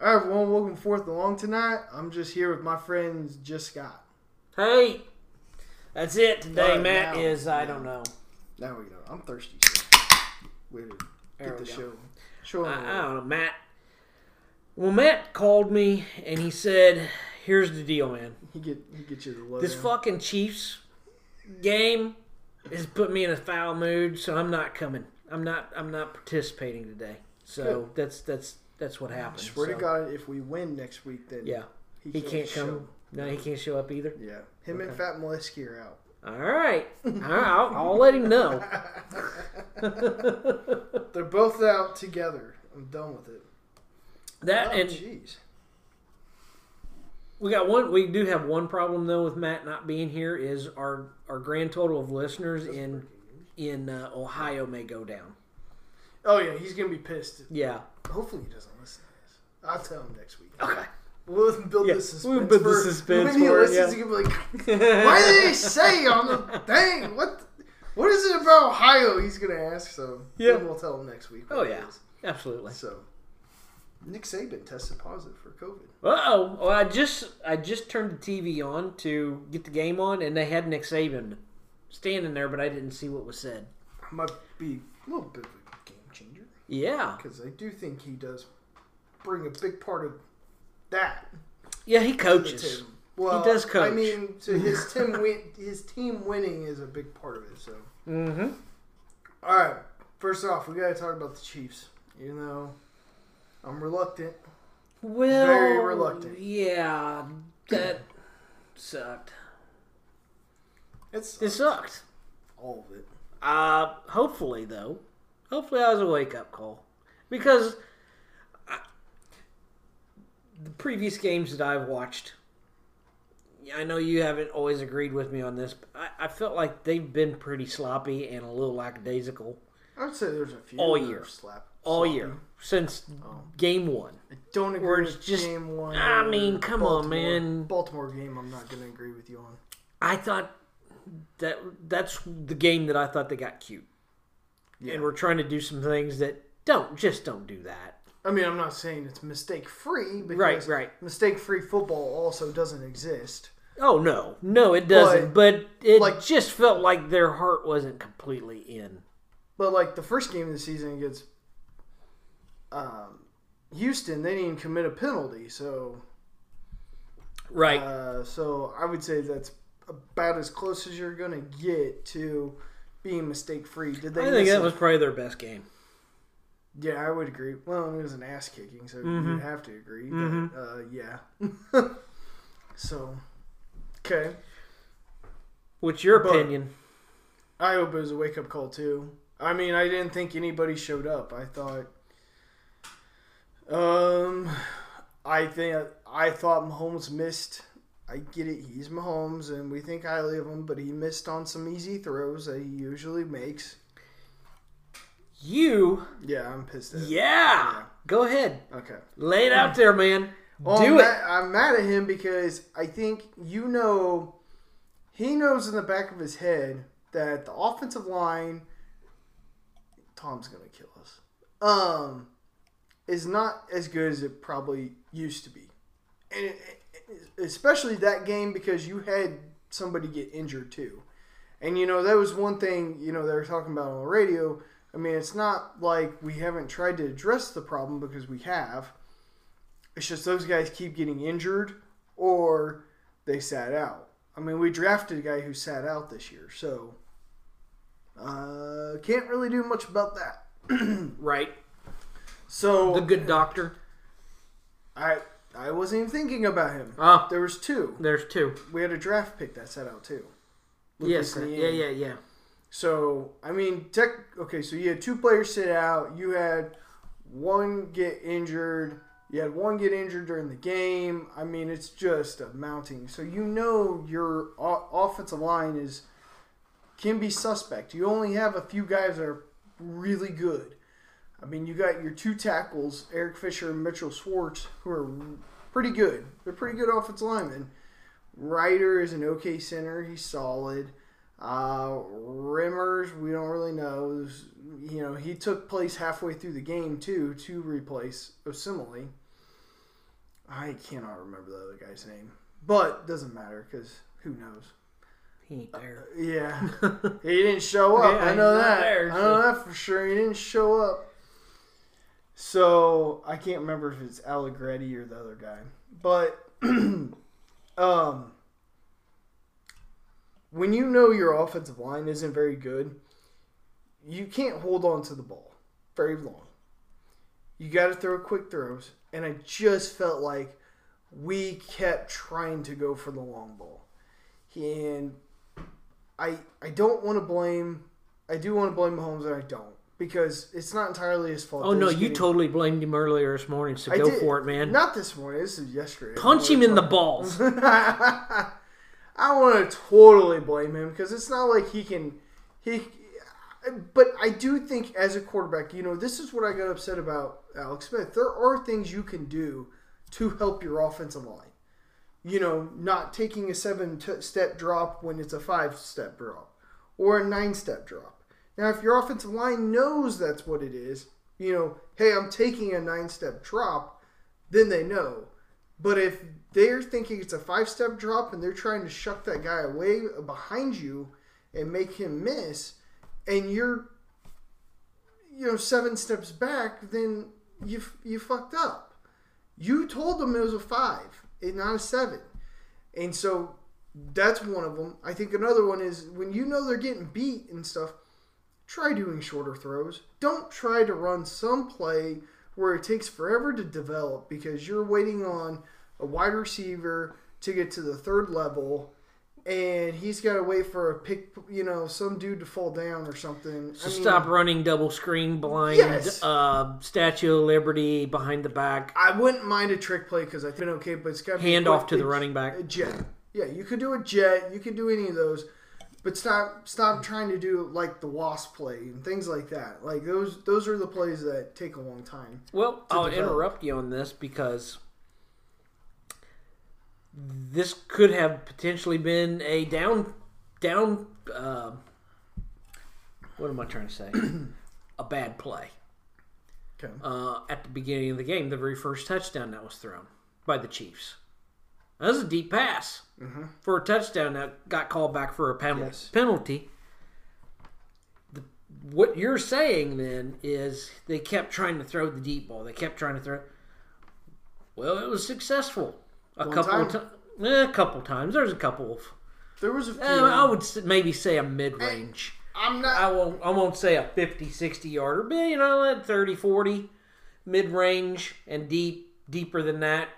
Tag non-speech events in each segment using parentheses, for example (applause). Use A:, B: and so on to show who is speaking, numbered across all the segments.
A: All right, everyone, welcome forth along tonight. I'm just here with my friends, just Scott.
B: Hey, that's it today.
A: Alright,
B: Matt
A: now-
B: is I
A: now.
B: don't know.
A: Now we go. I'm thirsty. So we gotta
B: There
A: get
B: we
A: the
B: go. Uh,
A: show. Show
B: I,
A: on the
B: I
A: road.
B: don't know. Matt. Well, Matt called me and he said, "Here's the deal, man.
A: He get he get you the love.
B: oh. This fucking Chiefs game has put me in a foul mood, so I'm not coming. I'm not. I'm not participating today. So that's that's that's what happened.
A: Swear to
B: So,
A: God, if we win next week, then
B: Yeah, he can't come. No, he can't show up either.
A: show. Yeah, him and Fat Molesky are out.
B: All right, All right. I'll, I'll let
A: (laughs)
B: him know.
A: They're both out together. I'm done with it.
B: That
A: Oh,
B: and
A: jeez.
B: We got one. We do have one problem though with Matt not being here. Is our our grand total of listeners in in uh, Ohio may go down.
A: Oh yeah, he's gonna be pissed.
B: Yeah.
A: Hopefully, he doesn't listen to this. I'll tell him next week.
B: (laughs) Okay.
A: We'll build
B: Yeah,
A: the
B: we'll
A: suspense.
B: build the
A: for,
B: suspense
A: When he
B: for it,
A: listens,
B: yeah.
A: he can be like, Why did they say on the thing? What what is it about Ohio? He's gonna ask. So
B: Yeah.
A: then we'll tell him next week. what
B: Oh,
A: it
B: yeah.
A: is.
B: Absolutely.
A: So Nick Saban tested positive for COVID.
B: Uh oh. Well, I just I just turned the TV on to get the game on, and they had Nick Saban standing there, but I didn't see what was said.
A: Might be a little bit of a game changer
B: Yeah.
A: because I do think he does bring a big part of that
B: Yeah. He
A: to the
B: coaches.
A: team. Well,
B: does coach.
A: I mean, to his team win, his team winning is a big part of it. So
B: Mm-hmm.
A: All right. First off, we gotta talk about the Chiefs. You know, I'm reluctant.
B: Well.
A: Very reluctant.
B: Yeah. That sucked.
A: It's
B: It sucked.
A: all of it.
B: Uh, hopefully though, hopefully I was a wake up call because I, the previous games that I've watched, I know you haven't always agreed with me on this. But I, I felt like they've been pretty sloppy and a little lackadaisical
A: I would say there's a few
B: All
A: that
B: year.
A: are slap
B: all year since game one.
A: I don't
B: Or
A: agree
B: it's
A: with
B: just-
A: game one.
B: I mean, come
A: Baltimore-
B: on, man.
A: Baltimore game. I'm not gonna agree with you on.
B: I thought that that's the game that I thought they got cute,
A: Yeah.
B: and we're trying to do some things that don't just don't do that.
A: I mean, I'm not saying it's mistake free.
B: Right, right.
A: Mistake free football also doesn't exist.
B: Oh no, no, it doesn't. But, it
A: like-
B: just felt like their heart wasn't completely in.
A: But like the first game of the season against um, Houston, they didn't commit a penalty. So,
B: Right.
A: uh, so I would say that's about as close as you're gonna get to being mistake free. Did they?
B: I think
A: miss
B: that
A: a
B: was probably their best game.
A: Yeah, I would agree. Well, it was an ass kicking, so you'd have to agree. But, uh, yeah. (laughs) so, okay.
B: What's your
A: But-
B: opinion?
A: I hope it was a wake up call, too. I mean, I didn't think anybody showed up. I thought. Um, I think I thought Mahomes missed. I get it. He's Mahomes, and we think highly of him, but he missed on some easy throws that he usually makes.
B: You,
A: Yeah, I'm pissed at.
B: yeah.
A: it.
B: Go ahead,
A: Okay.
B: lay it out there, man.
A: Well, I'm
B: Do it.
A: Mad, I'm mad at him because I think you know he knows in the back of his head that the offensive line Tom's gonna kill us. Um, is not as good as it probably used to be, and it- it- especially that game because you had somebody get injured too. And you know that was one thing you know they were talking about on the radio. I mean, it's not like we haven't tried to address the problem because we have. It's just those guys keep getting injured or they sat out. I mean, we drafted a guy who sat out this year, so uh, can't really do much about that.
B: Right. The
A: So
B: good doctor.
A: I I wasn't even thinking about him.
B: Ah,
A: There was two.
B: there's two.
A: We had a draft pick that sat out too.
B: Yes.
A: Lucas
B: Yeah.
A: Niang.
B: Yeah. Yeah.
A: So I mean, tech. Okay, so you had two players sit out. You had one get injured. You had one get injured during the game. I mean, it's just a mounting. So you know your o- offensive line is can be suspect. You only have a few guys that are really good. I mean, you got your two tackles, Eric Fisher and Mitchell Schwartz, who are pretty good. They're pretty good offensive linemen. Ryder is an okay center. He's solid. Uh, Rimmers, we don't really know. It was- you know, he took place halfway through the game too to replace Osimile. I cannot remember the other guy's name, but doesn't matter because who knows?
B: He ain't there.
A: Uh, Yeah, (laughs) he didn't show up.
B: Yeah,
A: I know
B: he's not
A: that.
B: there,
A: I know
B: so-
A: that for sure. He didn't show up. So I can't remember if it's Allegretti or the other guy, but (clears throat) um, when you know your offensive line isn't very good, you can't hold on to the ball very long. You got to throw quick throws, and I just felt like we kept trying to go for the long ball, and I I don't want to blame. I do want to blame Mahomes, and I don't because it's not entirely his fault.
B: Oh
A: that
B: no,
A: he's
B: you
A: getting-
B: totally blamed him earlier this morning. So
A: I
B: go
A: did-
B: for it, man.
A: Not this morning. This is yesterday.
B: Punch him in the
A: (laughs)
B: balls.
A: I want to totally blame him because it's not like he can. He, but I do think as a quarterback, you know, this is what I got upset about Alex Smith. There are things you can do to help your offensive line. You know, not taking a seven t- step drop when it's a five step drop or a nine step drop. Now, if your offensive line knows that's what it is, you know, hey, I'm taking a nine step drop, then they know. But if they're thinking it's a five step drop and they're trying to shuck that guy away behind you and make him miss, and you're, you know, seven steps back, then you you fucked up. You told them it was a five and not a seven, and so that's one of them. I think another one is when you know they're getting beat and stuff. Try doing shorter throws. Don't try to run some play where it takes forever to develop because you're waiting on a wide receiver to get to the third level and he's got to wait for a pick, you know, some dude to fall down or something.
B: So stop running double screen blind.
A: Yes.
B: Uh, Statue of Liberty behind the back.
A: I wouldn't mind a trick play because I think okay, but it's got
B: Hand off to the running back.
A: a jet. Yeah, you could do a jet. You could do any of those, but stop stop trying to do like the wasp play and things like that. Like those those are the plays that take a long time.
B: Well, I'll
A: develop.
B: interrupt you on this because this could have potentially been a down, down. Uh, what am I trying to say? a bad play
A: Okay.
B: uh, at the beginning of the game. The very first touchdown that was thrown by the Chiefs. That was a deep pass for a touchdown that got called back for a penal-
A: Mm-hmm. Yes.
B: penalty. The, what you're saying then is they kept trying to throw the deep ball. They kept trying to throw. Well, it was successful a couple of
A: time.
B: times. A couple times. There's a couple of.
A: There was a few.
B: eh, I would s- maybe say a mid range.
A: I'm not.
B: I won't I won't say a 50 60 yarder, but you know, at 30 40 mid range and deep deeper than that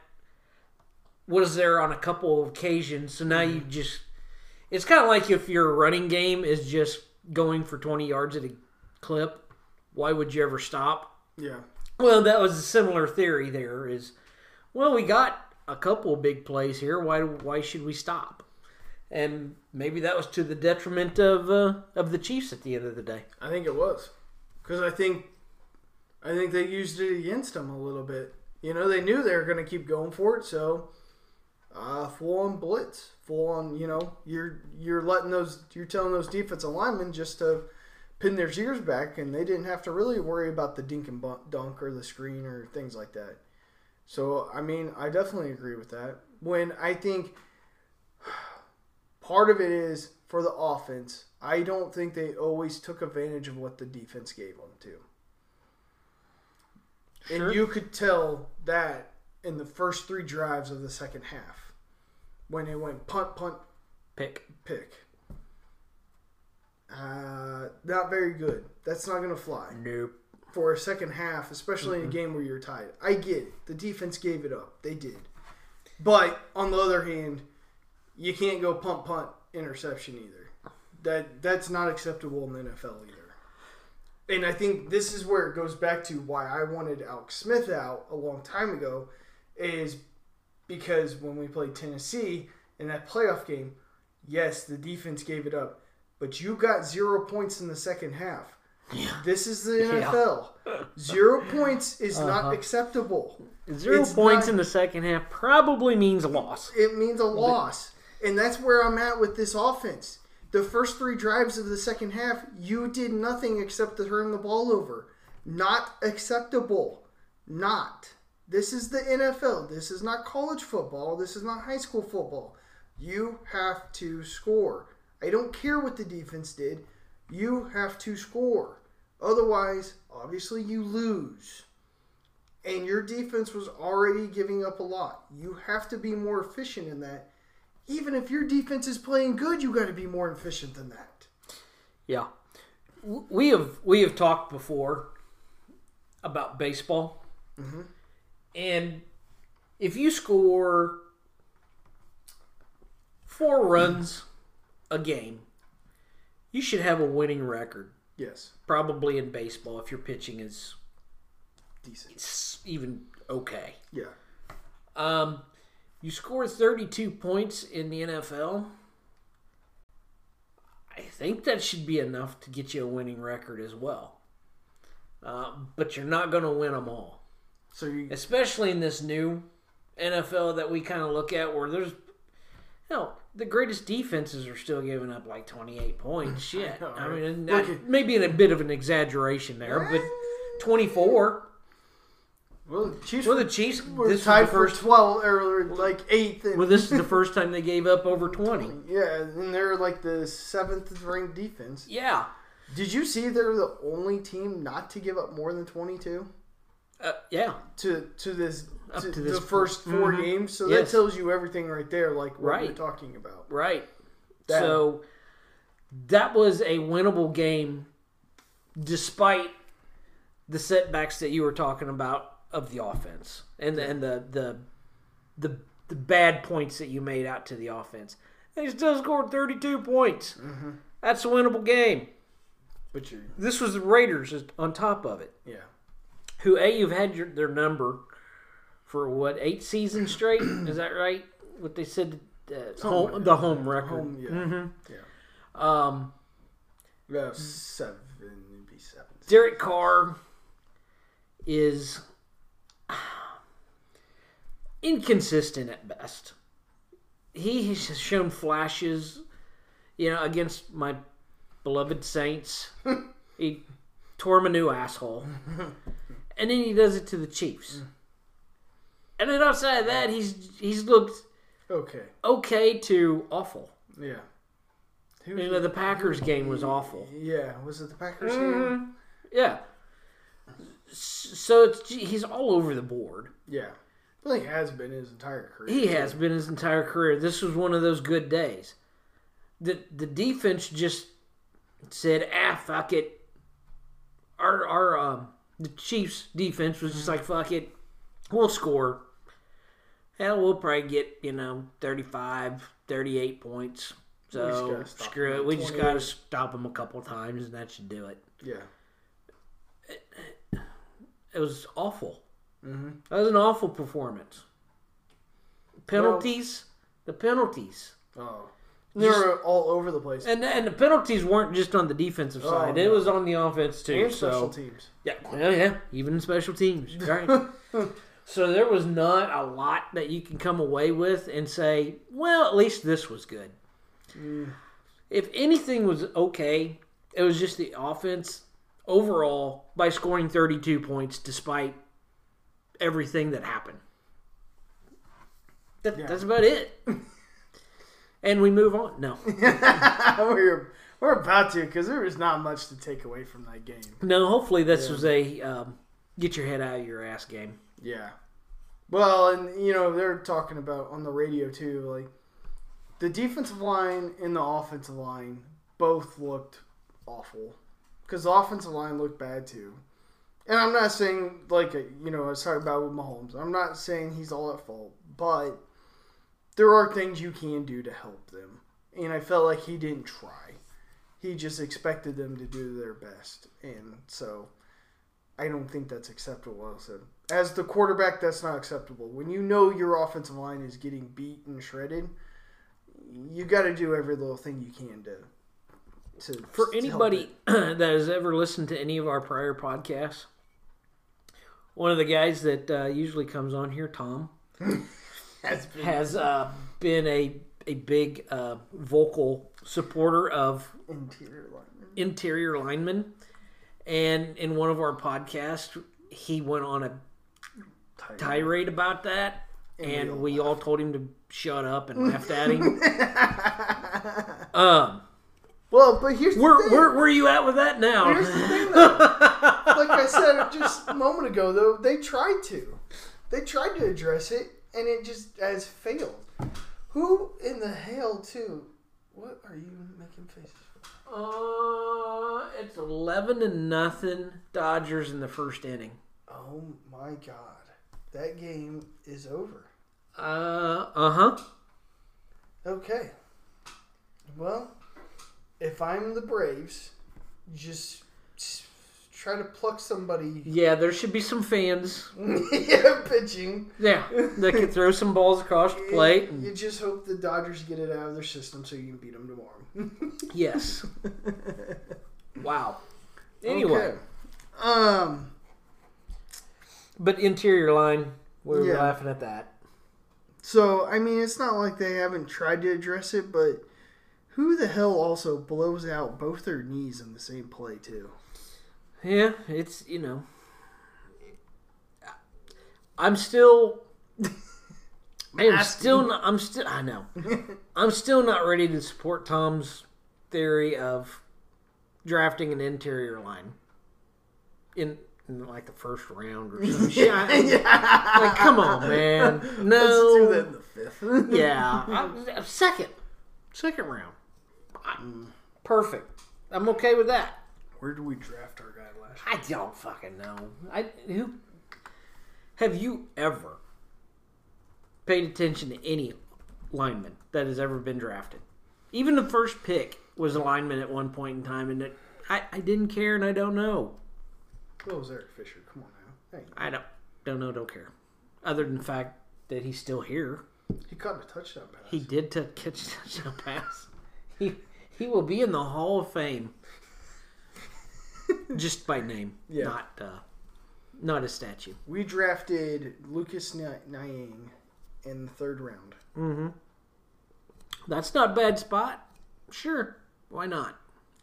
B: was there on a couple of occasions. So now you just it's kind of like if your running game is just going for 20 yards at a clip, why would you ever stop?
A: yeah.
B: Well, that was a similar theory there is well, we got a couple of big plays here. Why why should we stop? And maybe that was to the detriment of uh, of the Chiefs at the end of the day.
A: I think it was because I think I think they used it against them a little bit. You know, they knew they were going to keep going for it, so uh, full on blitz, full on. You know, you're you're letting those you're telling those defensive linemen just to pin their ears back, and they didn't have to really worry about the dink and bun- dunk or the screen or things like that. So I mean, I definitely agree with that. When I think part of it is for the offense. I don't think they always took advantage of what the defense gave them to.
B: Sure.
A: And you could tell that in the first three drives of the second half when it went punt, punt,
B: Pick.
A: pick. Uh, not very good. That's not going to fly
B: Nope.
A: for a second half, especially in a game where you're tied. I get it. The defense gave it up. They did. But on the other hand, you can't go pump punt interception either. That that's not acceptable in the NFL either. And I think this is where it goes back to why I wanted Alex Smith out a long time ago is because when we played Tennessee in that playoff game, yes, the defense gave it up, but you got 0 points in the second half. This is the NFL. Zero points is not acceptable.
B: Zero
A: It's
B: points
A: not-
B: in the second half probably means a loss.
A: It means a loss. And that's where I'm at with this offense. The first three drives of the second half, you did nothing except to turn the ball over. Not acceptable. Not. This is the NFL. This is not college football. This is not high school football. You have to score. I don't care what the defense did. You have to score. Otherwise, obviously, you lose. And your defense was already giving up a lot. You have to be more efficient in that. Even if your defense is playing good, you got to be more efficient than that.
B: Yeah, W- we have we have talked before about baseball,
A: Mm-hmm.
B: and if you score four runs a game, you should have a winning record,
A: Yes,
B: probably in baseball if your pitching is
A: decent.
B: s- even okay.
A: Yeah,
B: Um, you score 32 points in the NFL. I think that should be enough to get you a winning record as well. Uh, but you're not going to win them all,
A: so you
B: especially in this new NFL that we kind of look at, where there's hell, the greatest defenses are still giving up like
A: (laughs)
B: 28 points. Shit,
A: know,
B: I
A: right?
B: mean, and
A: Look
B: that-
A: at-
B: maybe in a bit of an exaggeration there, but 24.
A: well, Chiefs
B: Well, the Chiefs
A: were
B: this was
A: tied
B: the
A: for
B: first.
A: twelve or like eighth. And,
B: Well, this is the first time they gave up over 20.
A: yeah, and they're like the seventh ranked defense.
B: Yeah.
A: Did you see they're the only team not to give up more than 22
B: Uh, yeah.
A: to to this
B: Up
A: to,
B: to
A: the
B: this
A: first 4
B: Mhm.
A: games? So
B: Yes.
A: that tells you everything right there, like what
B: Right.
A: we're talking about.
B: Right.
A: That-
B: So that was a winnable game despite the setbacks that you were talking about of the offense and the, and the, the the the bad points that you made out to the offense. They still scored 32 points. That's a winnable game.
A: But you,
B: Mm-hmm. This was the Raiders on top of it.
A: yeah,
B: who a you've had your, their number for what eight seasons straight is that right what they said uh, home,
A: like
B: the home record
A: home, yeah,
B: Mm-hmm. um
A: yeah,
B: Mm-hmm.
A: seven it'd be seven.
B: derek carr is (sighs) inconsistent at best he has shown flashes you know against my beloved saints he tore him a new asshole and then he does it to the chiefs and then outside of that he's he's looked
A: Okay,
B: okay to awful.
A: yeah, Who
B: You know, the Packers game was awful.
A: yeah. Was it the Packers?
B: Mm-hmm.
A: game?
B: Yeah. S- So it's, he's all over the board.
A: Yeah, well, he has been his entire career.
B: He has been his entire career. This was one of those good days. The the defense just said, "Ah, fuck it." Our our um, the Chiefs defense was just
A: Mm-hmm.
B: like, "Fuck it, we'll score." Hell, we'll probably get you know 35, 38 points.
A: just
B: So
A: gotta stop
B: screw
A: them
B: it.
A: at
B: We just got to
A: 28.
B: stop them a couple times, and that should do it.
A: Yeah,
B: It was awful. That was an awful performance. Penalties, the penalties.
A: oh, they're all over the place.
B: And and the penalties weren't just on the defensive side; it
A: no.
B: was on the offense too.
A: And
B: so
A: special teams. (laughs)
B: yeah, well, yeah, even in special teams. Right. so there was not a lot that you can come away with and say, well, at least this was good. If anything was okay, it was just the offense overall by scoring 32 points despite everything that happened. That, That's about it. and we move on. No.
A: we're we're about to because there is not much to take away from that game.
B: No, hopefully this was a um, get your head out of your ass game.
A: Yeah. Well, and you know they're talking about on the radio too, like the defensive line and the offensive line both looked awful because the offensive line looked bad too. And I'm not saying like uh, you know I was talking about with Mahomes. I'm not saying he's all at fault, but there are things you can do to help them. And I felt like he didn't try. He just expected them to do their best, and so I don't think that's acceptable. Also, as the quarterback, that's not acceptable. When you know your offensive line is getting beat and shredded, you got to do every little thing you can to. to
B: for
A: to help
B: anybody
A: it.
B: (clears throat) that has ever listened to any of our prior podcasts, one of the guys that uh, usually comes on here, Tom,
A: (laughs) That's been-
B: has uh, been a a big uh, vocal supporter of
A: interior lineman.
B: interior linemen, and in one of our podcasts, he went on a tirade about that,
A: And
B: and
A: we
B: we all told him to shut
A: (laughs)
B: up and laughed at him. Um,
A: well, but here's the
B: where
A: thing.
B: where where are you at with that now?
A: Here's the thing, though. like I said just a moment ago, though, they tried to. They tried to address it, and it just has failed. Who in the hell, too? What are you making faces for?
B: Uh, it's eleven to nothing Dodgers in the first inning.
A: Oh my god. That game is over.
B: Uh, uh huh.
A: Okay. Well, if I'm the Braves, just s- try to pluck somebody.
B: Yeah, there should be
A: (laughs)
B: some fans.
A: yeah, pitching.
B: Yeah, that can throw some balls across the plate. and-
A: You just hope the Dodgers get it out of their system so you can beat them tomorrow.
B: yes. Wow. (laughs) Anyway,
A: Okay. Um.
B: but interior line, we were
A: Yeah.
B: laughing at that.
A: So I mean, it's not like they haven't tried to address it, but who the hell also blows out both their knees in the same play too?
B: Yeah, it's you know, I'm still, (laughs) man, I'm still not. I'm still. I know. I'm still not ready to support Tom's theory of drafting an interior line in, in like the first round or something. (laughs) yeah,
A: (laughs) yeah.
B: like, come on, man.
A: Let's do that
B: No.
A: in the
B: (laughs)
A: fifth.
B: Yeah, I, second, second round. I-
A: Mm.
B: Perfect. I'm okay with that.
A: Where did we draft our guy last?
B: I don't fucking know. I who have you ever paid attention to any lineman that has ever been drafted? Even the first pick was a lineman at one point in time, and it, I I didn't care, and I don't know.
A: Year? What was Eric Fisher? Come on now. Hey,
B: I don't don't know, don't care. Other than the fact that he's still here,
A: he caught a touchdown pass.
B: he did to catch a touchdown pass. He he will be in the Hall of Fame just by name,
A: Yeah.
B: not uh, not a statue.
A: we drafted Lucas Ny- Nyang in the third round.
B: That's not a bad spot. Sure, why not?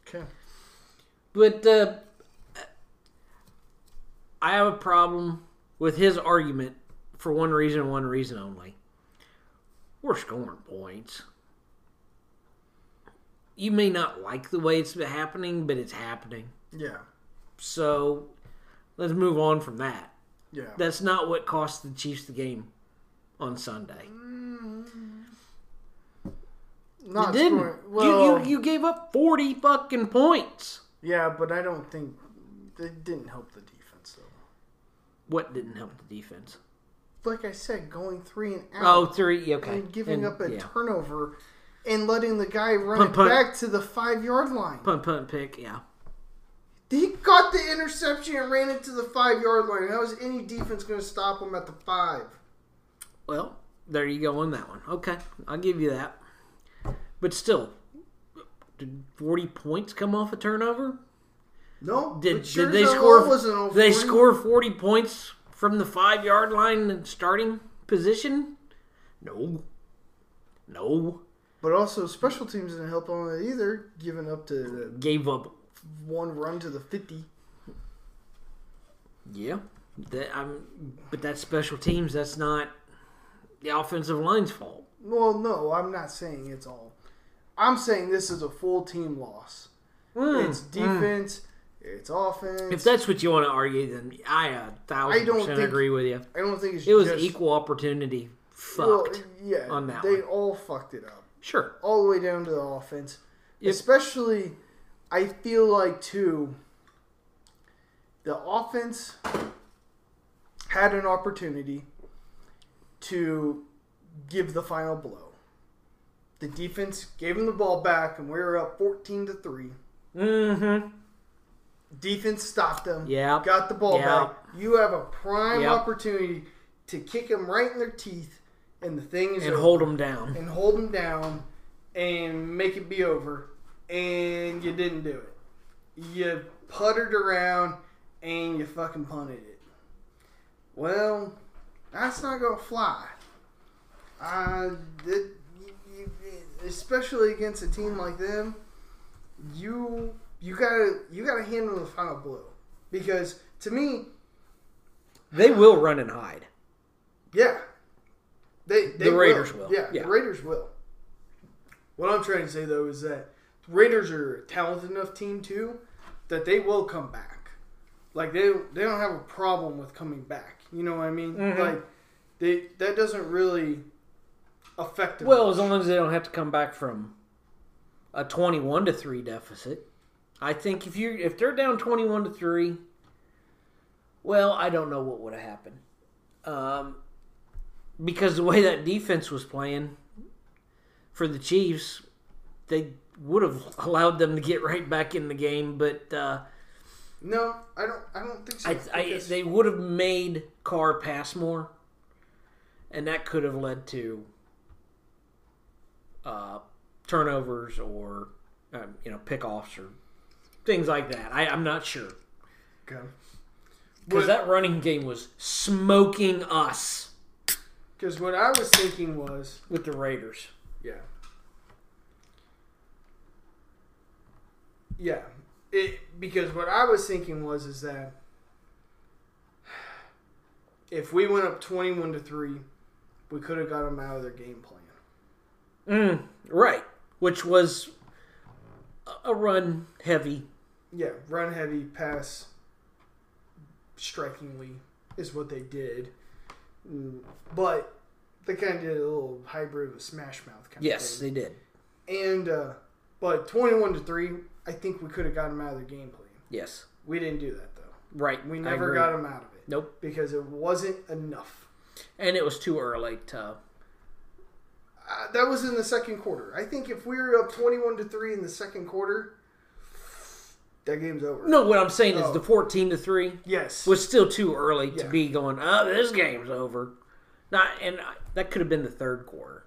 A: Okay.
B: But uh, I have a problem with his argument for one reason and one reason only. We're scoring points. You may not like the way it's happening, but it's happening.
A: Yeah.
B: So let's move on from that.
A: Yeah.
B: That's not what cost the Chiefs the game on Sunday.
A: Not
B: you didn't.
A: scoring-
B: You-
A: Well,
B: you, you gave up 40 fucking points.
A: yeah, but I don't think that didn't help the defense though.
B: What didn't help the defense?
A: like I said, going three and
B: Oh,
A: out
B: three. yeah, Okay.
A: and giving
B: And,
A: up a
B: yeah.
A: turnover and letting the guy run
B: Punt,
A: it
B: punt.
A: back to the five yard line.
B: punt, punt, pick. Yeah.
A: He caught the interception and ran it to the five yard line. How is any defense going to stop him at the five?
B: Well, there you go on that one. Okay, I'll give you that. But still, did 40 points come off a turnover?
A: No,
B: Did,
A: but sure
B: did they
A: as hell
B: score?
A: wasn't all
B: did they
A: 40.
B: score 40 points from the five yard line and starting position? No. No.
A: But also, special teams didn't help on it either, giving up to the
B: Gave up.
A: one run to the fifty.
B: Yeah. That, I'm, but that's special teams. That's not the offensive line's fault.
A: Well, no, I'm not saying it's all. I'm saying this is a full team loss. It's defense, it's offense.
B: Hmm. If that's what you want to argue, then I a thousand
A: I don't
B: percent
A: think-
B: agree with you.
A: I don't think it's
B: It was
A: just,
B: equal opportunity
A: Well,
B: fucked.
A: yeah,
B: on that
A: they all fucked it up
B: sure.
A: all the way down to the offense.
B: Yep.
A: Especially, I feel like too. The offense had an opportunity to give the final blow. The defense gave him the ball back, and we were up fourteen to three.
B: Mm-hmm.
A: Defense stopped them.
B: Yeah.
A: Got the ball
B: Yeah.
A: back. You have a prime
B: Yeah.
A: opportunity to kick them right in their teeth, and the thing is
B: And
A: over.
B: hold them down.
A: and hold them down and make it be over. And you didn't do it. You puttered around and you fucking punted it. Well, that's not gonna fly. Uh, that, you, you, especially against a team like them, you you gotta you gotta handle the final blow because to me
B: They will run and hide.
A: Yeah. They, they
B: The Raiders will.
A: Yeah,
B: Yeah.
A: the Raiders will. What I'm trying to say though is that the Raiders are a talented enough team too that they will come back. Like they they don't have a problem with coming back. You know what I mean?
B: Mhm.
A: Like they that doesn't really affect them.
B: Well, as long as they don't have to come back from a twenty-one to three deficit, I think if you if they're down twenty-one to three, well, I don't know what would have happened, um, because the way that defense was playing for the Chiefs, they would have (laughs) allowed them to get right back in the game, but uh,
A: no, I don't I don't think so.
B: I, I,
A: because-
B: they would have made Carr pass more, and that could have led to uh, turnovers or um, you know pickoffs or things like that. I, I'm not sure
A: okay.
B: because
A: Would-
B: that running game was smoking us
A: Because what I was thinking was,
B: with the Raiders.
A: yeah, yeah. It because what I was thinking was is that if we went up twenty-one to three, we could have got them out of their game plan.
B: Mm, right, which was a- a run heavy.
A: Yeah, run heavy, pass strikingly is what they did, Mm, but they kind of did a little hybrid of a smash mouth kind of thing.
B: Yes, they did.
A: And uh, but twenty-one to three, I think we could have got him out of the game plan.
B: Yes,
A: We didn't do that though.
B: right.
A: We
B: I
A: never
B: agree.
A: got him out of it
B: Nope.
A: because it wasn't enough.
B: and it was too early to.
A: Uh, that was in the second quarter. I think if we were up twenty-one to three in the second quarter, that game's over.
B: No, what I'm saying
A: Oh.
B: is the 14 to three
A: Yes.
B: was still too early
A: Yeah.
B: to be going. Oh, this game's over. Not and I, that could have been the third quarter.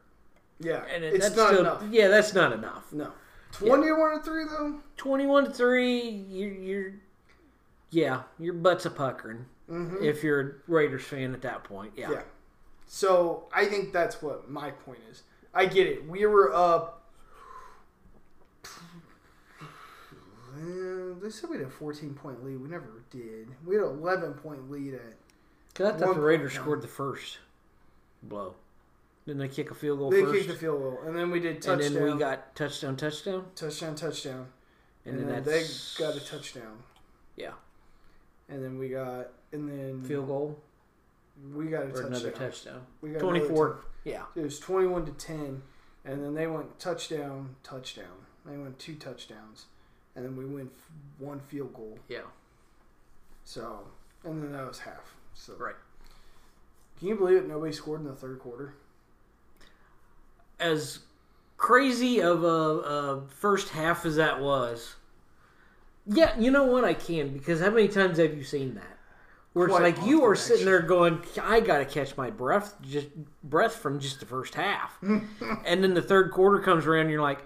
A: yeah.
B: And it-
A: it's
B: that's
A: not
B: still,
A: enough.
B: Yeah, that's not enough.
A: No. Twenty-one to three though.
B: 21 to three, you're, you're yeah, your butt's a puckering
A: Mhm.
B: if you're a Raiders fan at that point. Yeah.
A: Yeah. So I think that's what my point is. I get it. We were up. (sighs) Uh, They said we had a 14 point lead. We never did. We had an 11 point lead at.
B: 'Cause I thought
A: One-
B: the Raiders scored the first blow. Then they kick a field goal
A: They
B: first,
A: kicked the field goal, and then we did
B: and
A: touchdown,
B: then we got touchdown, touchdown,
A: touchdown, touchdown,
B: and,
A: and,
B: then,
A: then they
B: that's
A: got a touchdown,
B: yeah
A: and then we got, and then
B: field goal
A: we got a
B: or
A: touchdown.
B: another touchdown.
A: We got another
B: 24. Yeah.
A: It was 21 to 10, and then they went touchdown, touchdown. They went two touchdowns, and then we went f- one field goal.
B: Yeah.
A: So, and then that was half. So,
B: Right.
A: Can you believe it? Nobody scored in the third quarter.
B: As crazy of a, a first half as that was, yeah, you know what? I can because how many times have you seen that? Where it's
A: Quite
B: like you
A: often,
B: are sitting there going, "I gotta catch my breath, just breath from just the
A: (laughs)
B: first half," and then the third quarter comes around, and you're like,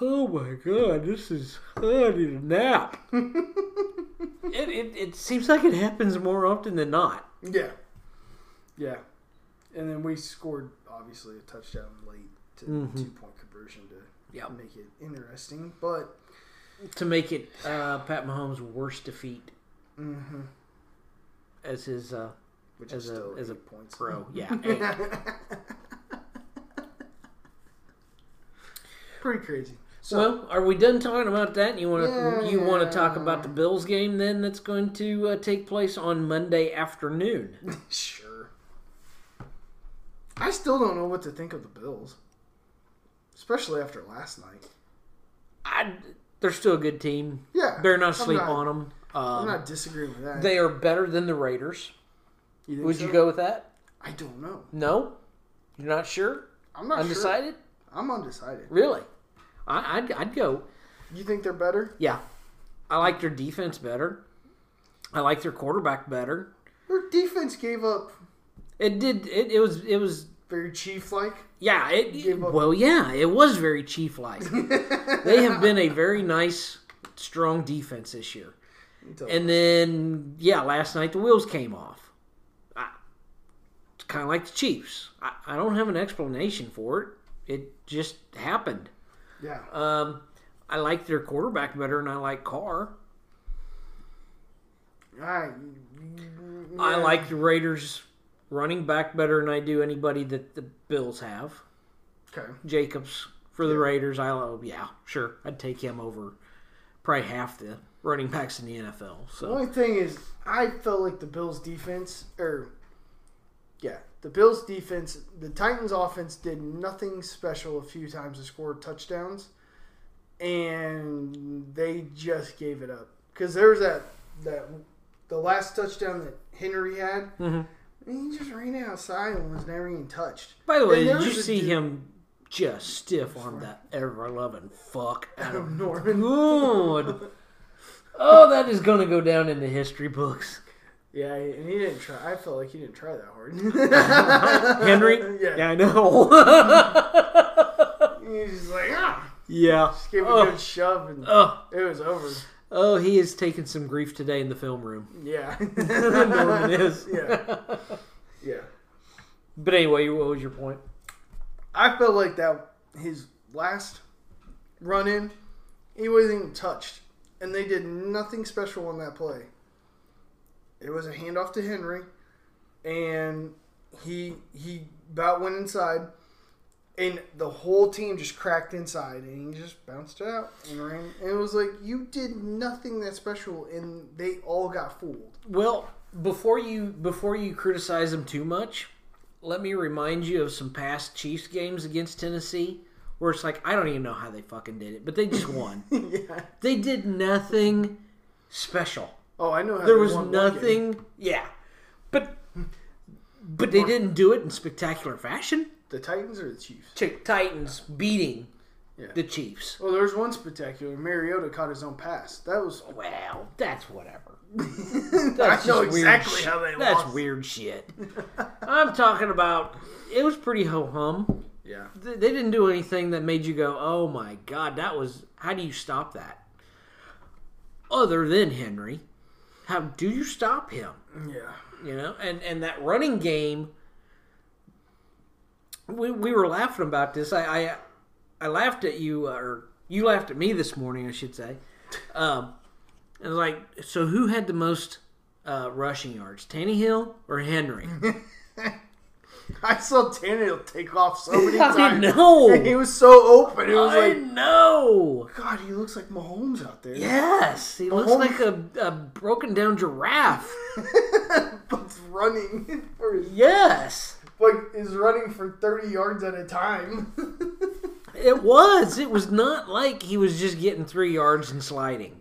B: "Oh my god, this is I need a
A: (laughs)
B: nap." it, it it seems like it happens more often than not.
A: Yeah. Yeah. And then we scored, obviously, a touchdown late to
B: Mhm.
A: two point conversion to
B: Yeah,
A: make it interesting. But,
B: to make it uh, Pat Mahomes' worst defeat
A: mm-hmm,
B: as his uh,
A: which
B: As
A: is
B: a-
A: still
B: as a
A: eight points.
B: pro.
A: (laughs)
B: Yeah, eight.
A: Pretty crazy. So,
B: well, are we done talking about that? You want to you want
A: Yeah.
B: to talk about the Bills game then? That's going to uh, take place on Monday afternoon.
A: Sure. I still don't know what to think of the Bills, especially after last night.
B: I, they're still a good team.
A: Yeah,
B: They're not
A: I'm
B: sleep
A: not-
B: on them.
A: I'm
B: Um,
A: not disagreeing with that.
B: they are better than the Raiders.
A: you think
B: Would
A: so?
B: you go with that?
A: I don't know.
B: No, you're not sure.
A: I'm not undecided.
B: Undecided?
A: I'm undecided.
B: Really? I, I'd I'd go.
A: You think they're better?
B: Yeah, I like their defense better. I like their quarterback better.
A: Their defense gave up
B: It did. It, it was. It was.
A: very chief-like. (laughs)
B: Yeah. It.
A: Gave up.
B: Well, yeah. It was very chief like. they have been a very nice, strong defense this year. And then, yeah, last night the wheels came off. I, it's kind of like the Chiefs. I, I don't have an explanation for it. It just happened.
A: yeah,
B: Um, I like their quarterback better than I like Carr.
A: I.
B: I like the Raiders running back better than I do anybody that the Bills have.
A: Okay.
B: Jacobs for the
A: Yeah.
B: Raiders. I love, yeah, sure, I'd take him over probably half the running backs in the NFL.
A: The
B: So
A: only thing is, I felt like the Bills' defense, or yeah, the Bills' defense, the Titans' offense did nothing special a few times to score touchdowns, and they just gave it up because there was that that the last touchdown that Henry had,
B: Mhm.
A: and he just ran outside and was never even touched.
B: by the way,
A: And there
B: did you
A: was a
B: see
A: dude-
B: him just stiff arm that ever
A: (laughs)
B: loving fuck out of
A: Adam Norman.
B: Good. Oh, that is gonna go down in the
A: (laughs)
B: history books.
A: Yeah, and he didn't try. I felt like he didn't try that hard. (laughs)
B: Henry?
A: yeah.
B: I know. (laughs)
A: He's just like, ah, (laughs)
B: yeah.
A: just gave a
B: Oh,
A: good shove, and
B: oh,
A: it was over.
B: oh, he is taking some grief today in the film room. (laughs)
A: Yeah.
B: Norman is.
A: Yeah. Yeah.
B: But anyway, what was your point?
A: I felt like that his last run in, he wasn't even touched. And they did nothing special on that play. It was a handoff to Henry and he he about went inside and the whole team just cracked inside and he just bounced it out and ran and it was like you did nothing that special and they all got fooled.
B: Well, before you before you criticize him too much, let me remind you of some past Chiefs games against Tennessee where it's like I don't even know how they fucking did it, but they just (laughs) won.
A: yeah.
B: they did nothing special.
A: Oh, I know how
B: There
A: they
B: was
A: won one game.
B: nothing. Yeah, but but they didn't do it in spectacular fashion.
A: The Titans or the Chiefs?
B: Chick Titans beating
A: Yeah.
B: the Chiefs.
A: Well, there was one spectacular. Mariota caught his own pass. That was.
B: Well, that's whatever.
A: (laughs) I
B: (laughs) That's
A: know
B: just weird
A: exactly
B: shit.
A: how they
B: That's
A: lost. (laughs)
B: weird shit. I'm talking about. It was pretty ho hum.
A: Yeah.
B: They they didn't do anything that made you go, "Oh my god, that was." How do you stop that? Other than Henry, how do you stop him?
A: Yeah. (laughs)
B: you know and and that running game we, we were laughing about this I, I i laughed at you uh, or you laughed at me this morning i should say um and like so who had the most uh, rushing yards Tannehill
A: (laughs)
B: or henry
A: I saw Tannehill take off
B: (laughs)
A: so many
B: i
A: times. (laughs) He
B: know
A: was so open. It was
B: i
A: like,
B: know
A: God, he looks like Mahomes out there.
B: yes he looks
A: Mahomes-
B: like a, a broken down giraffe
A: (laughs) but running (laughs) for his,
B: yes
A: like is running for thirty yards at a time. (laughs)
B: it was it was not like he was just getting three yards and sliding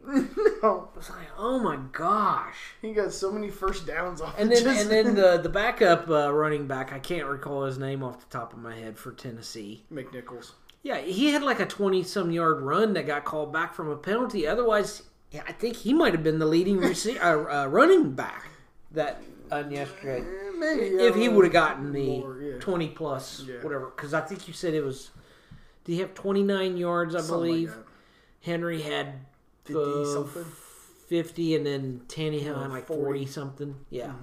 A: no,
B: It's like, oh my gosh.
A: he got so many first downs off.
B: And
A: of (laughs)
B: then,
A: just-
B: and then the, the backup uh, running back, I can't recall his name off the top of my head for Tennessee.
A: McNichols.
B: Yeah, he had like a 20 some yard run that got called back from a penalty. Otherwise, yeah, I think he might have been the
A: (laughs)
B: leading rece- uh, uh, running back that on yesterday.
A: Eh, Maybe
B: If he
A: uh,
B: would have gotten the
A: more, yeah.
B: 20 plus,
A: Yeah.
B: whatever, because I think you said it was. Did he have 29 yards, I
A: Something like
B: believe?
A: that.
B: Henry had
A: 50
B: uh,
A: something.
B: 50 and then Tannehill
A: Or Hmm.
B: had like 40,
A: 40.
B: something. Yeah.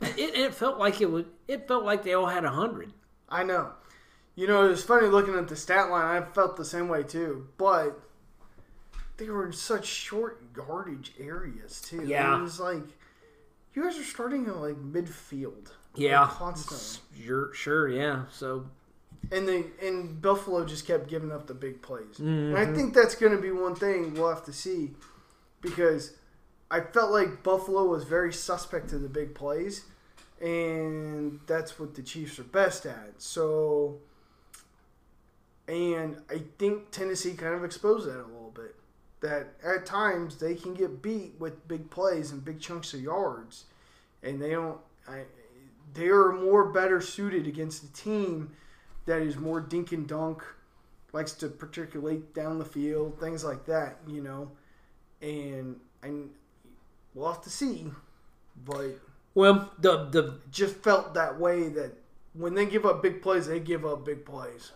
B: It, it felt like it would it felt like they all had 100.
A: I know. You know, it was funny looking at the stat line. I felt the same way too, but they were in such short yardage areas too.
B: Yeah.
A: it was like you guys are starting in like midfield.
B: Yeah.
A: constantly.
B: Sure, sure, yeah. So
A: And they and Buffalo just kept giving up the big plays. And I think that's going to be one thing we'll have to see because I felt like Buffalo was very suspect to the big plays, and that's what the Chiefs are best at. So, and I think Tennessee kind of exposed that a little bit. That at times they can get beat with big plays and big chunks of yards, and they don't. I, they are more better suited against a team that is more dink and dunk, likes to particulate down the field, things like that, you know. And I we'll have to see, but
B: well, the the
A: it just felt that way that when they give up big plays, they give up big plays.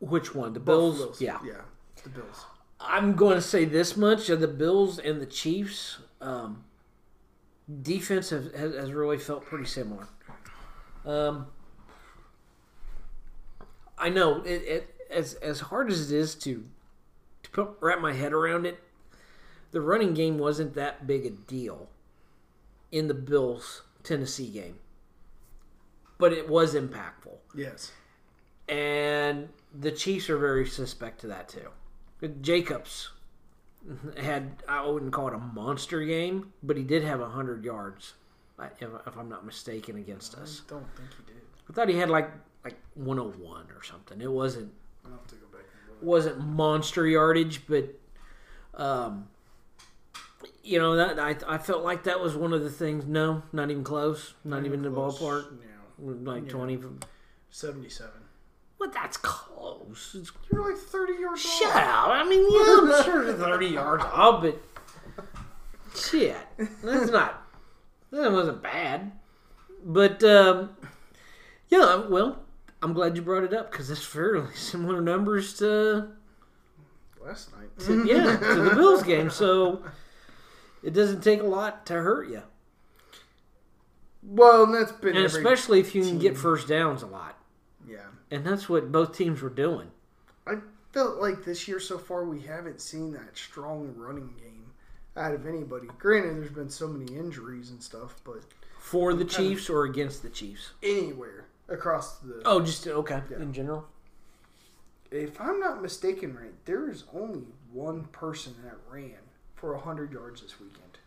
B: which one? The Bills.
A: Buffalo's-
B: Yeah.
A: yeah, the Bills.
B: I'm going to say this much of the Bills and the Chiefs um, defense have, has, has really felt pretty similar. Um, I know it, it as as hard as it is to to put, wrap my head around it. The running game wasn't that big a deal in the Bills Tennessee game, but it was impactful.
A: Yes.
B: And the Chiefs are very suspect to that too. Jacobs had I wouldn't call it a monster game, but he did have hundred yards, I- if, if I'm not mistaken, against
A: I
B: us.
A: don't think he did.
B: I thought he had like like 101 or something. It wasn't
A: I'll have to go back and look.
B: wasn't monster yardage, but um, you know that I I felt like that was one of the things. No, not even close. Not even in the
A: Close
B: ballpark.
A: now.
B: Like
A: Yeah.
B: 20.
A: Seventy-seven.
B: Well, that's close. It's
A: You're like thirty yards
B: Shut
A: off.
B: up. I mean, yeah, I'm sure it's 30 yards off, but shit. That's not, that wasn't bad. But, um, yeah, well, I'm glad you brought it up because that's fairly (laughs) similar numbers to,
A: Last night.
B: (laughs) to yeah, to the Bills game. So it doesn't take a lot to hurt you.
A: Well, and that's been
B: And
A: every-
B: especially if you can
A: team.
B: get first downs a lot.
A: yeah.
B: And that's what both teams were doing.
A: I felt like this year so far we haven't seen that strong running game out of anybody. Granted, there's been so many injuries and stuff, but
B: For the Chiefs or against the Chiefs?
A: anywhere across the.
B: Oh, just okay.
A: Yeah.
B: In general?
A: If I'm not mistaken, right, there is only one person that ran for 100 yards this weekend.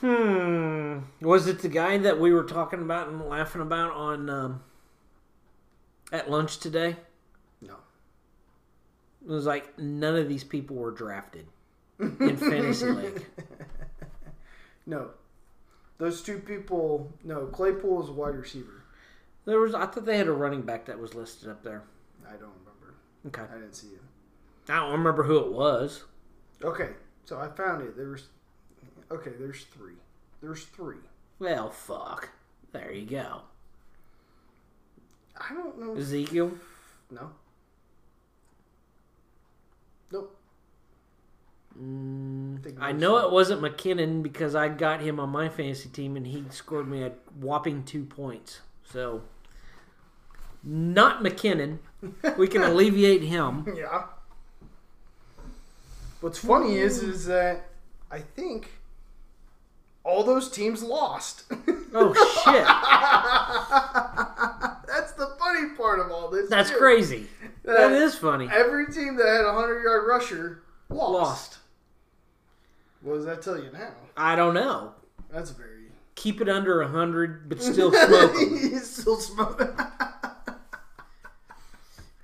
B: Hmm. Was it the guy that we were talking about and laughing about on um, at lunch today?
A: No.
B: It was like none of these people were drafted in fantasy league.
A: No. Those two people, no, Claypool is a wide receiver.
B: There was. I thought they had a running back that was listed up there.
A: I don't remember.
B: Okay.
A: I didn't see him.
B: I don't remember who it was.
A: Okay, so I found it. There's, okay, there's three. There's three.
B: Well, fuck. There you go.
A: I don't know.
B: Ezekiel.
A: No. Nope.
B: Mm,
A: Think
B: I
A: most
B: know
A: of
B: it wasn't McKinnon because I got him on my fantasy team and he scored me a whopping two points. So, not McKinnon. We can alleviate him.
A: Yeah. What's funny is, is that I think all those teams lost. (laughs)
B: Oh, shit.
A: That's the funny part of all this.
B: That's
A: too.
B: crazy. That
A: That
B: is funny.
A: Every team that had a hundred yard rusher lost.
B: Lost.
A: What does that tell you now?
B: I don't know.
A: That's very.
B: Keep it under 100,
A: (laughs)
B: but still smoking.
A: He's still smoking.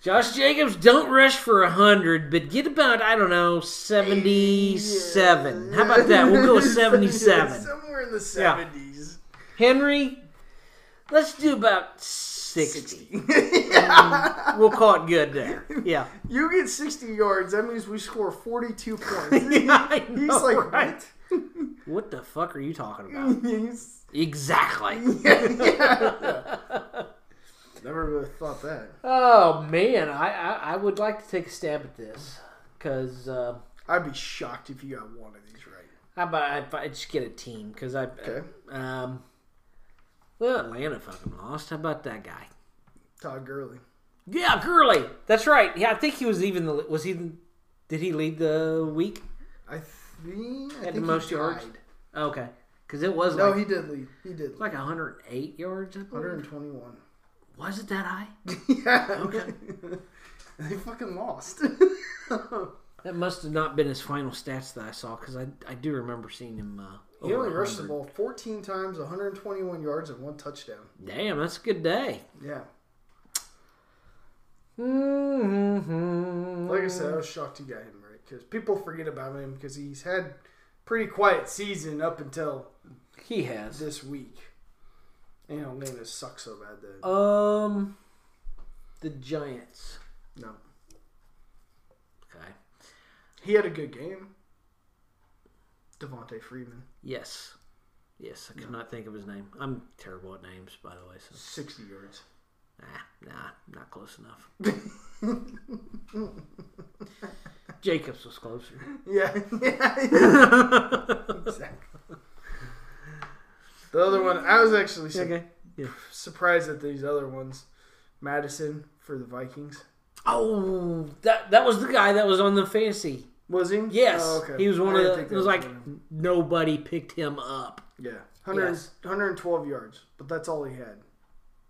B: Josh Jacobs, don't rush for 100, but get about, I don't know, 77. How about that?
A: (laughs)
B: We'll go with 77.
A: Somewhere in the seventies.
B: Henry, let's do about
A: (laughs)
B: 60. We'll call it good there. Yeah.
A: You get 60 yards, that means we score
B: (laughs)
A: 42 points.
B: I
A: (laughs) He's
B: know,
A: like,
B: right?
A: what?
B: What the fuck are you talking
A: (laughs)
B: about?
A: He's-
B: exactly.
A: (laughs) Never really thought that.
B: (laughs) Oh, man. I, I, I would like to take a stab at this. Because uh,
A: I'd be shocked if you got one of these right.
B: how about if I just get a team? Because I.
A: Okay.
B: Um, well, Atlanta fucking lost. How about that guy?
A: Todd Gurley.
B: Yeah, Gurley. That's right. Yeah, I think he was even the. Was he. Did he lead the week?
A: I think. I
B: Had the
A: think he
B: most yards?
A: tied.
B: Okay. Because it was
A: No,
B: like,
A: he did lead. He did lead.
B: like 108 yards. I believe.
A: 121.
B: Was it that high?
A: (laughs) yeah.
B: Okay.
A: they fucking
B: (laughs)
A: lost.
B: That must have not been his final stats that I saw because I, I do remember seeing him. Uh,
A: he
B: over
A: only rushed the
B: 100.
A: ball 14 times, 121 yards, and one touchdown.
B: Damn, that's a good day.
A: Yeah.
B: Mm-hmm.
A: Like I said, I was shocked you got him right because people forget about him because he's had pretty quiet season up until
B: he has.
A: this week. And Atlanta sucks so bad that
B: Um, the Giants.
A: no,
B: Okay.
A: he had a good game. Devontae Freeman,
B: Yes. Yes, I could not think of his name. I'm terrible at names, by the way. So
A: sixty yards.
B: nah, nah, not close enough. Jacobs was closer.
A: (laughs)
B: (laughs)
A: Yeah, exactly. The other one, I was actually su-
B: Okay. Yeah.
A: surprised at these other ones. Madison for the Vikings.
B: Oh, that that was the guy that was on the fantasy
A: Was he?
B: Yes,
A: Oh, okay.
B: he was one
A: I
B: of
A: didn't
B: the.
A: think
B: It
A: that
B: was like
A: one.
B: nobody picked him up.
A: Yeah, 100,
B: Yes.
A: 112 yards, but that's all he had.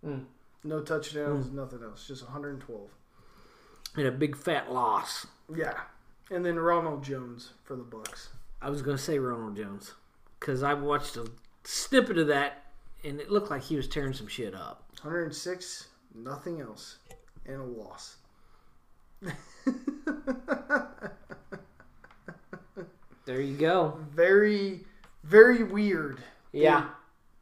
B: Mm.
A: No touchdowns, nothing else, just 112.
B: And a big fat loss.
A: Yeah, and then Ronald Jones for the Bucks.
B: I was going to say Ronald Jones because I watched a snippet of that and it looked like he was tearing some shit up.
A: 106, nothing else, and a loss. (laughs)
B: There you go.
A: very, very weird.
B: Yeah.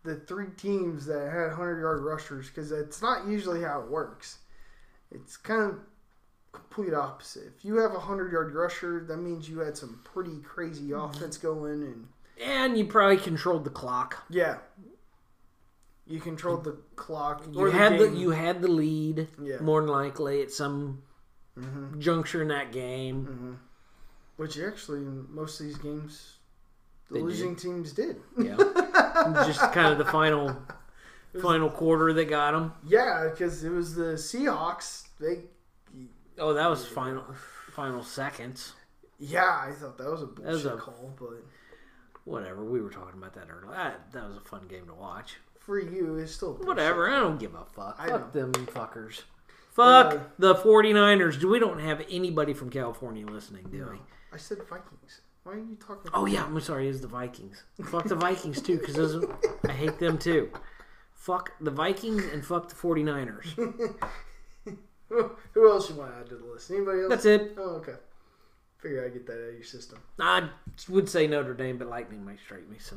A: The three teams that had 100 yard rushers because that's not usually how it works. It's kind of complete opposite. If you have a 100 yard rusher, that means you had some pretty crazy
B: Mm-hmm.
A: offense going and
B: And you probably controlled the clock.
A: Yeah. You controlled the clock.
B: You had the, you had the lead
A: Yeah.
B: more than likely at some
A: Mhm.
B: juncture in that game.
A: hmm Which actually, in most of these games, the
B: They
A: losing teams did. (laughs)
B: Yeah. Just kind of the final final quarter that got him.
A: Yeah, because it was the Seahawks. They.
B: Oh, that was final final seconds.
A: Yeah, I thought that was a
B: That was
A: bullshit
B: a-
A: call, but
B: Whatever. We were talking about that earlier. Ah, That, that was a fun game to watch.
A: for you, it's still bullshit.
B: Whatever. I don't give a fuck.
A: I
B: fuck them fuckers. Fuck
A: Uh,
B: the 49ers. Do we don't have anybody from California listening, do we?
A: I said Vikings. Why are you talking?
B: Oh yeah, I'm sorry. It's the Vikings. Fuck the Vikings too, because I hate them too. Fuck the Vikings and fuck the 49ers.
A: (laughs) Who else you want to add to the list? Anybody else?
B: That's it.
A: Oh, okay. Figure I'd get that out of your system.
B: I would say Notre Dame, but Lightning might strike me. So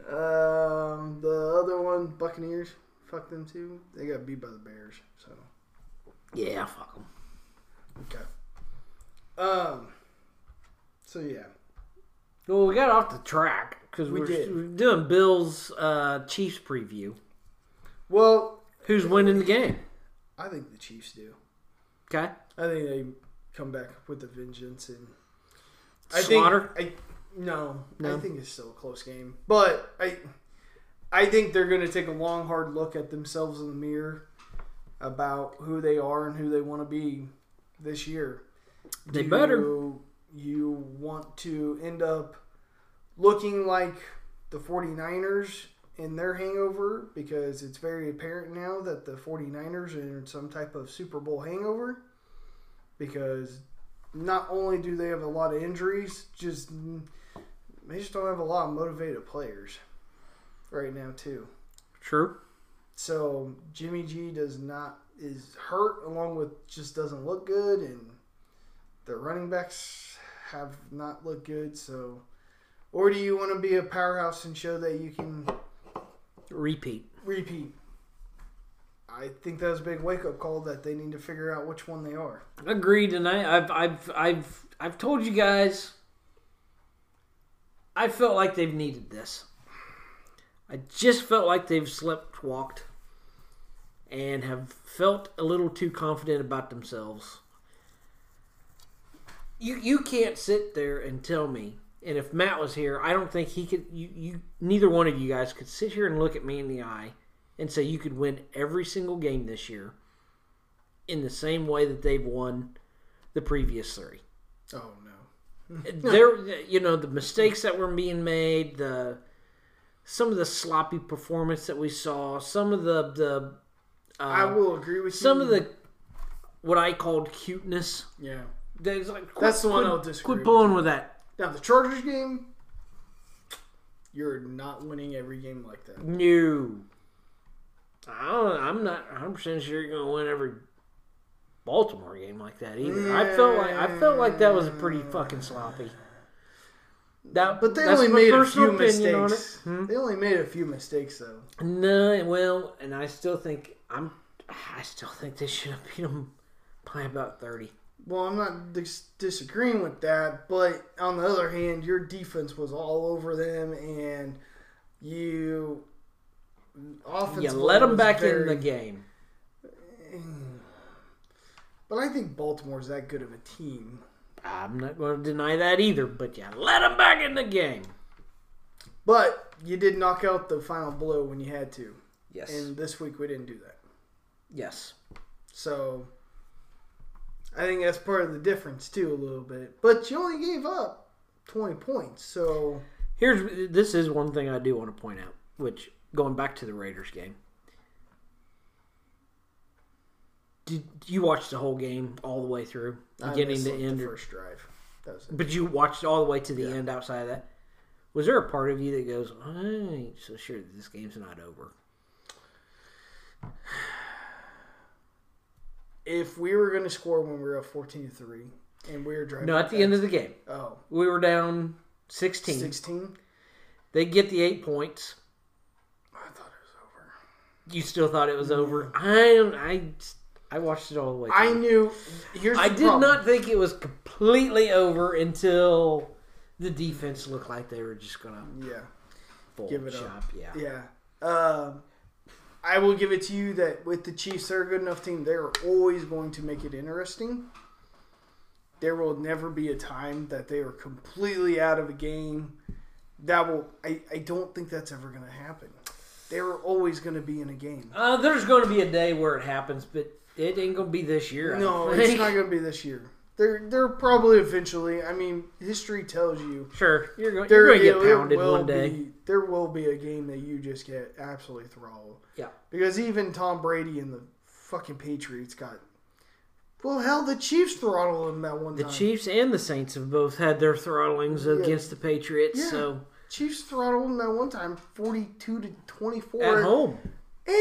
A: Um, the other one, Buccaneers. Fuck them too. They got beat by the Bears. So
B: yeah, fuck them.
A: okay. Um. So yeah,
B: Well, we got off the track because
A: We
B: we are
A: did.
B: we're doing Bills uh, Chiefs preview.
A: well,
B: Who's winning the game?
A: I think the Chiefs do.
B: Okay,
A: I think they come back with a vengeance and
B: Slaughter?
A: I think, I no,
B: No.
A: I think it's still a close game, but I I think they're going to take a long, hard look at themselves in the mirror about who they are and who they want to be this year.
B: they
A: do
B: better.
A: You, want to end up looking like the 49ers in their hangover because it's very apparent now that the 49ers are in some type of Super Bowl hangover because not only do they have a lot of injuries, just they just don't have a lot of motivated players right now too.
B: True.
A: So Jimmy G does not is hurt along with just doesn't look good and the running backs have not looked good so or do you want to be a powerhouse and show that you can
B: Repeat.
A: repeat? I think that was a big wake up call that they need to figure out which one they are.
B: Agreed, and I, I've, I've, I've, I've told you guys. I felt like they've needed this. I just felt like they've slept walked, and have felt a little too confident about themselves. You, you can't sit there and tell me. And if Matt was here, I don't think he could. You, you, neither one of you guys could sit here and look at me in the eye and say you could win every single game this year in the same way that they've won the previous (laughs) three.
A: Oh no.
B: there, you know, the mistakes that were being made, the some of the sloppy performance that we saw, some of the the uh,
A: I will agree with you.
B: some of the what I called cuteness.
A: Yeah.
B: There's like, quit-
A: That's the one
B: quit-
A: I'll disagree
B: Quit
A: with.
B: pulling with that.
A: Now the Chargers game you're not winning every game like that.
B: No, I don't, I'm not 100 percent sure you're gonna win every Baltimore game like that either. I felt like I felt like that was pretty fucking sloppy. That,
A: But they
B: that's
A: only
B: my
A: made a few
B: personal opinion on it. Hmm?
A: mistakes. They only made a few mistakes though.
B: No, well, and I still think I'm. I still think they should have beat them by about thirty.
A: Well, I'm not dis- disagreeing with that, but on the other hand, your defense was all over them, and you offense.
B: you let them back in the game.
A: Mm. But I think Baltimore's that good of a team.
B: I'm not going to deny that either, but you let them back in the game.
A: But you did knock out the final blow when you had to,
B: Yes,
A: and this week we didn't do that.
B: yes.
A: So I think that's part of the difference too, a little bit. But you only gave up twenty points, so
B: Here's this is one thing I do want to point out, which going back to the Raiders game. Did you watch the whole game all the way through,
A: I
B: beginning to
A: mislooked
B: end,
A: the
B: or,
A: first drive. That was it.
B: but you watched all the way to the
A: Yeah.
B: end outside of that? Was there a part of you that goes, I ain't so sure that this game's not over?
A: If we were going to score when we were up fourteen to three, and we were driving,
B: No, at the end of the game,
A: oh,
B: we were down 16.
A: 16?
B: They get the eight points.
A: I thought it was over.
B: You still thought it was over. I I I watched it all the way.
A: I
B: through.
A: knew. Here's
B: I
A: the
B: did
A: problem.
B: not think it was completely over until the defense looked like they were just gonna
A: Yeah.
B: fold
A: Give it up.
B: shop. Yeah.
A: Yeah. Um, I will give it to you that with the Chiefs, they're a good enough team. They're always going to make it interesting. There will never be a time that they are completely out of a game. That will. I, I don't think that's ever going to happen. They were always going to be in a game.
B: Uh, there's gonna be a day where it happens, but it ain't gonna be this year. I (laughs)
A: No,
B: don't
A: it's
B: think.
A: not going to be this year. They're they're probably eventually. I mean, history tells you
B: Sure, you're going. You're gonna get
A: it- it
B: pounded
A: will
B: one day.
A: Be, there will be a game that you just get absolutely throttled.
B: Yeah.
A: Because even Tom Brady and the fucking Patriots got. Well, hell, the Chiefs throttled them that one
B: The
A: time.
B: Chiefs and the Saints have both had their throttlings against the Patriots.
A: Yeah.
B: So
A: Chiefs throttled them that one time, forty-two to twenty-four,
B: at home,
A: and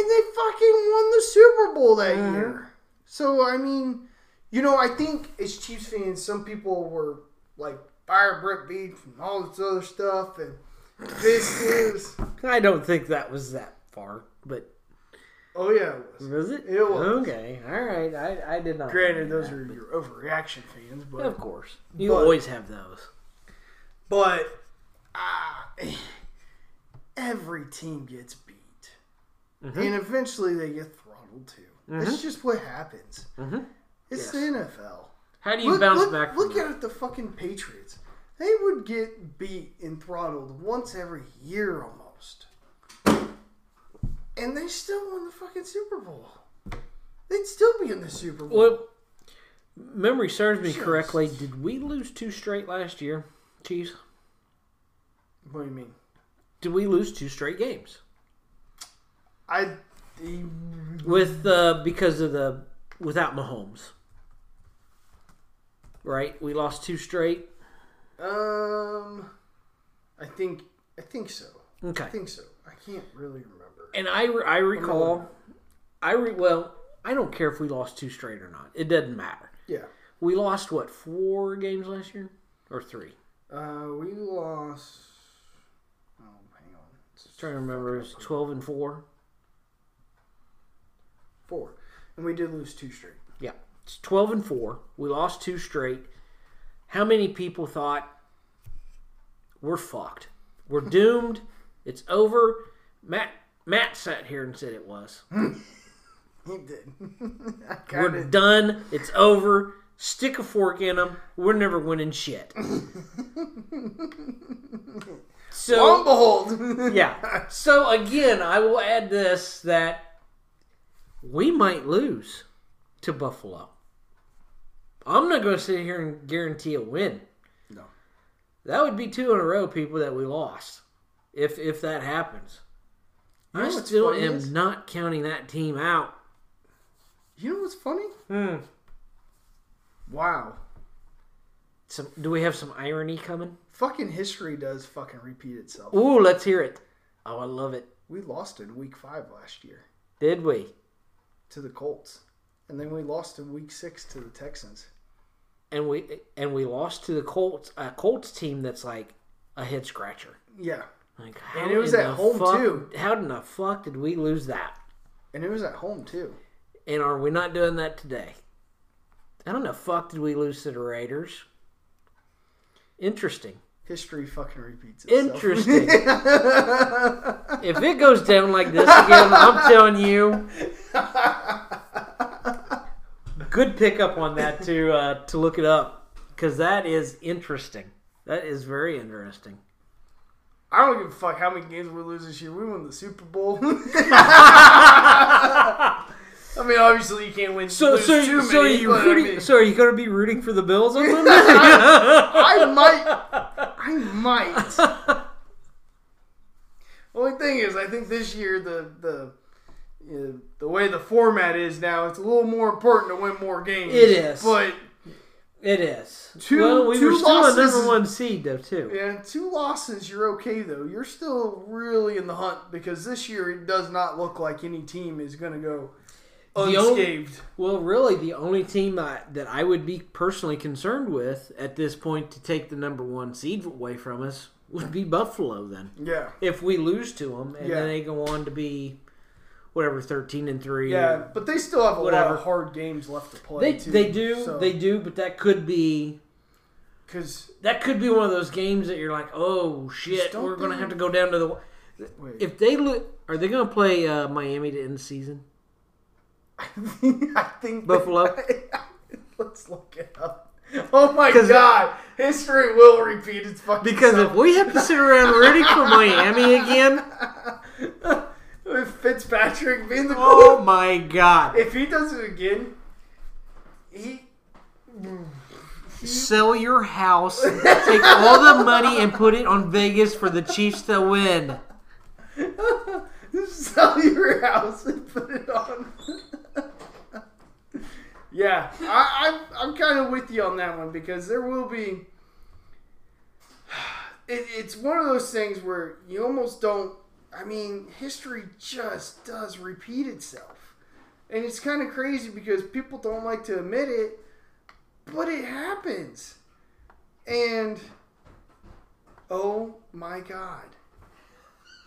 A: they fucking won the Super Bowl that
B: Mm-hmm.
A: year. So I mean, you know, I think as Chiefs fans, some people were like fire Brett Beach and all this other stuff, and this is.
B: I don't think that was that far, but
A: Oh yeah, it was.
B: was it?
A: It was.
B: Okay, all right. I, I did not.
A: Granted, those are your overreaction fans, but
B: Of course, you
A: But-
B: always have those.
A: but ah, every team gets beat,
B: Mm-hmm.
A: and eventually they get throttled too. That's just what happens. It's the NFL.
B: How do Mm-hmm. you
A: Look,
B: bounce
A: look-
B: back? From
A: look
B: that?
A: at the fucking Patriots. They would get beat and throttled once every year almost, and they still won the fucking Super Bowl. They'd still be in the Super Bowl.
B: Well, memory serves me correctly. Did we lose two straight last year, Chiefs?
A: what do you mean?
B: Did we lose two straight games
A: I.
B: with uh, because of the without Mahomes? Right, we lost two straight.
A: Um, I think I think so.
B: Okay,
A: I think so. I can't really remember.
B: and I re- I recall, I re- well, I don't care if we lost two straight or not. It doesn't matter.
A: Yeah.
B: We lost what four games last year or three?
A: Uh, we lost. Oh, hang on. It's
B: trying to remember, it was twelve and four.
A: four, and we did lose two straight.
B: Yeah. It's 12 and 4. We lost two straight. How many people thought we're fucked? We're doomed. It's over. Matt Matt sat here and said it was.
A: He did. (laughs) I
B: We're
A: kind
B: done. It's over. Stick a fork in them. We're never winning shit.
A: of.
B: so
A: Lo and behold. (laughs)
B: (laughs) yeah. So again, I will add this that we might lose to Buffalo. I'm not going to sit here and guarantee a win.
A: no.
B: That would be two in a row, people that we lost. If if that happens, I
A: know what's
B: still
A: funny
B: am
A: is-
B: not counting that team out.
A: You know what's funny? Wow.
B: Some, do we have some irony coming?
A: Fucking history does fucking repeat itself.
B: Ooh, let's hear it. Oh, I love it.
A: We lost in week five last year
B: Did we?
A: to the Colts, and then we lost in week six to the Texans.
B: And we and we lost to the Colts, a Colts team that's like a head scratcher.
A: Yeah.
B: Like, how
A: And it was
B: in
A: at
B: the
A: home,
B: fuck-
A: too.
B: How in the fuck did we lose that?
A: And it was at home too.
B: And are we not doing that today? How in the fuck did we lose to the Raiders? Interesting.
A: History fucking repeats itself. (laughs)
B: Interesting. if it goes down like this again, I'm telling you. Good pickup on that to uh, to look it up because that is interesting. That is very interesting.
A: I don't give a fuck (laughs) how many games we lose this year. We won the Super Bowl. I mean, obviously you can't win.
B: So,
A: lose
B: so,
A: too
B: so are
A: many,
B: you
A: but I
B: rooting,
A: mean-
B: so are you going to be rooting for the Bills on Monday?
A: I might. (laughs) I might. (laughs) Only thing is, I think this year the the uh, the way the format is now, it's a little more important to win more games.
B: It is.
A: but
B: (laughs) it is.
A: Two-
B: well, we
A: two
B: were still a
A: losses
B: number
A: is-
B: one seed though too.
A: yeah, two losses, you're okay though. You're still really in the hunt because this year it does not look like any team is going to go
B: only-
A: unscathed.
B: Well, really, the only team that, that I would be personally concerned with at this point to take the number one seed away from us would be Buffalo. Then,
A: yeah,
B: if we lose to them, and
A: Yeah.
B: then they go on to be whatever thirteen and three.
A: yeah, but they still have a lot
B: Whatever.
A: of hard games left to play.
B: they
A: too,
B: they do they do, but that could be
A: because
B: that could be one of those games that you're like, oh shit,
A: don't
B: we're gonna
A: they-
B: have to go down to the. If they lo- are they gonna play uh, Miami to end the season?
A: (laughs) I think
B: Buffalo?
A: (laughs) let's look it up. Oh my
B: 'Cause-
A: god, history will repeat its fucking
B: Because if
A: self.
B: we have to sit around rooting for Miami again,
A: (laughs) If Fitzpatrick being the
B: (laughs) oh my god.
A: if he does it again, he (laughs)
B: sell your house, take all the money, and put it on Vegas for the Chiefs to win.
A: sell your house and put it on. (laughs) yeah, I, I'm I'm kind of with you on that one because there will be. It, it's one of those things where you almost don't. I mean, history just does repeat itself, and it's kind of crazy because people don't like to admit it, but it happens, and oh my god.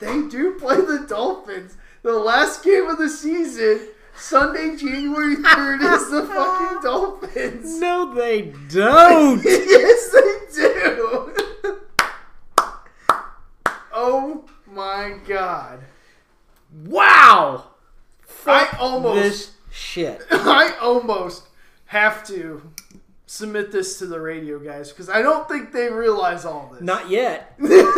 A: They do play the Dolphins. The last game of the season, Sunday, January 3rd, is the fucking Dolphins.
B: No, they don't.
A: yes, they do. oh my god.
B: Wow.
A: I almost
B: This shit.
A: I almost have to submit this to the radio guys because I don't think they realize all this.
B: Not yet.
A: (laughs)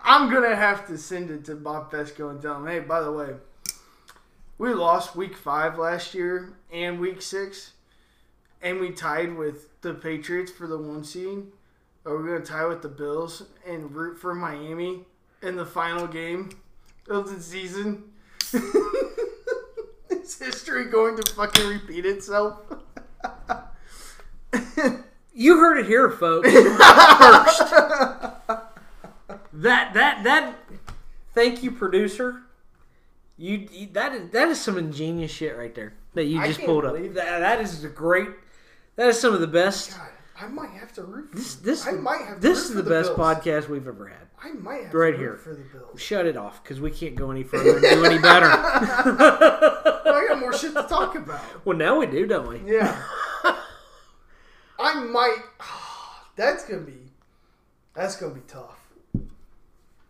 A: I'm gonna have to send it to Bob Fesco and tell him, hey, by the way, we lost week five last year and week six, and we tied with the Patriots for the one seed. Are we gonna tie with the Bills and root for Miami in the final game of the season? (laughs) Is history going to fucking repeat itself? (laughs)
B: You heard it
A: (laughs)
B: here, folks. First. That that that. Thank you, producer. You, you that is that is some ingenious shit right there that you
A: I
B: just
A: can't
B: pulled up.
A: believe
B: That, that is a great. That is some of the best.
A: God, I might have to root for
B: This this
A: I might have to
B: this
A: root
B: is
A: for
B: the,
A: the
B: best
A: Bills.
B: podcast we've ever had.
A: I might have
B: Right
A: to root
B: here.
A: for the Bills.
B: Shut it off because we can't go any further and do
A: (laughs)
B: any better.
A: I got more shit to talk about.
B: well, now we do, don't we?
A: Yeah. I might. (sighs) That's gonna be. That's gonna be tough.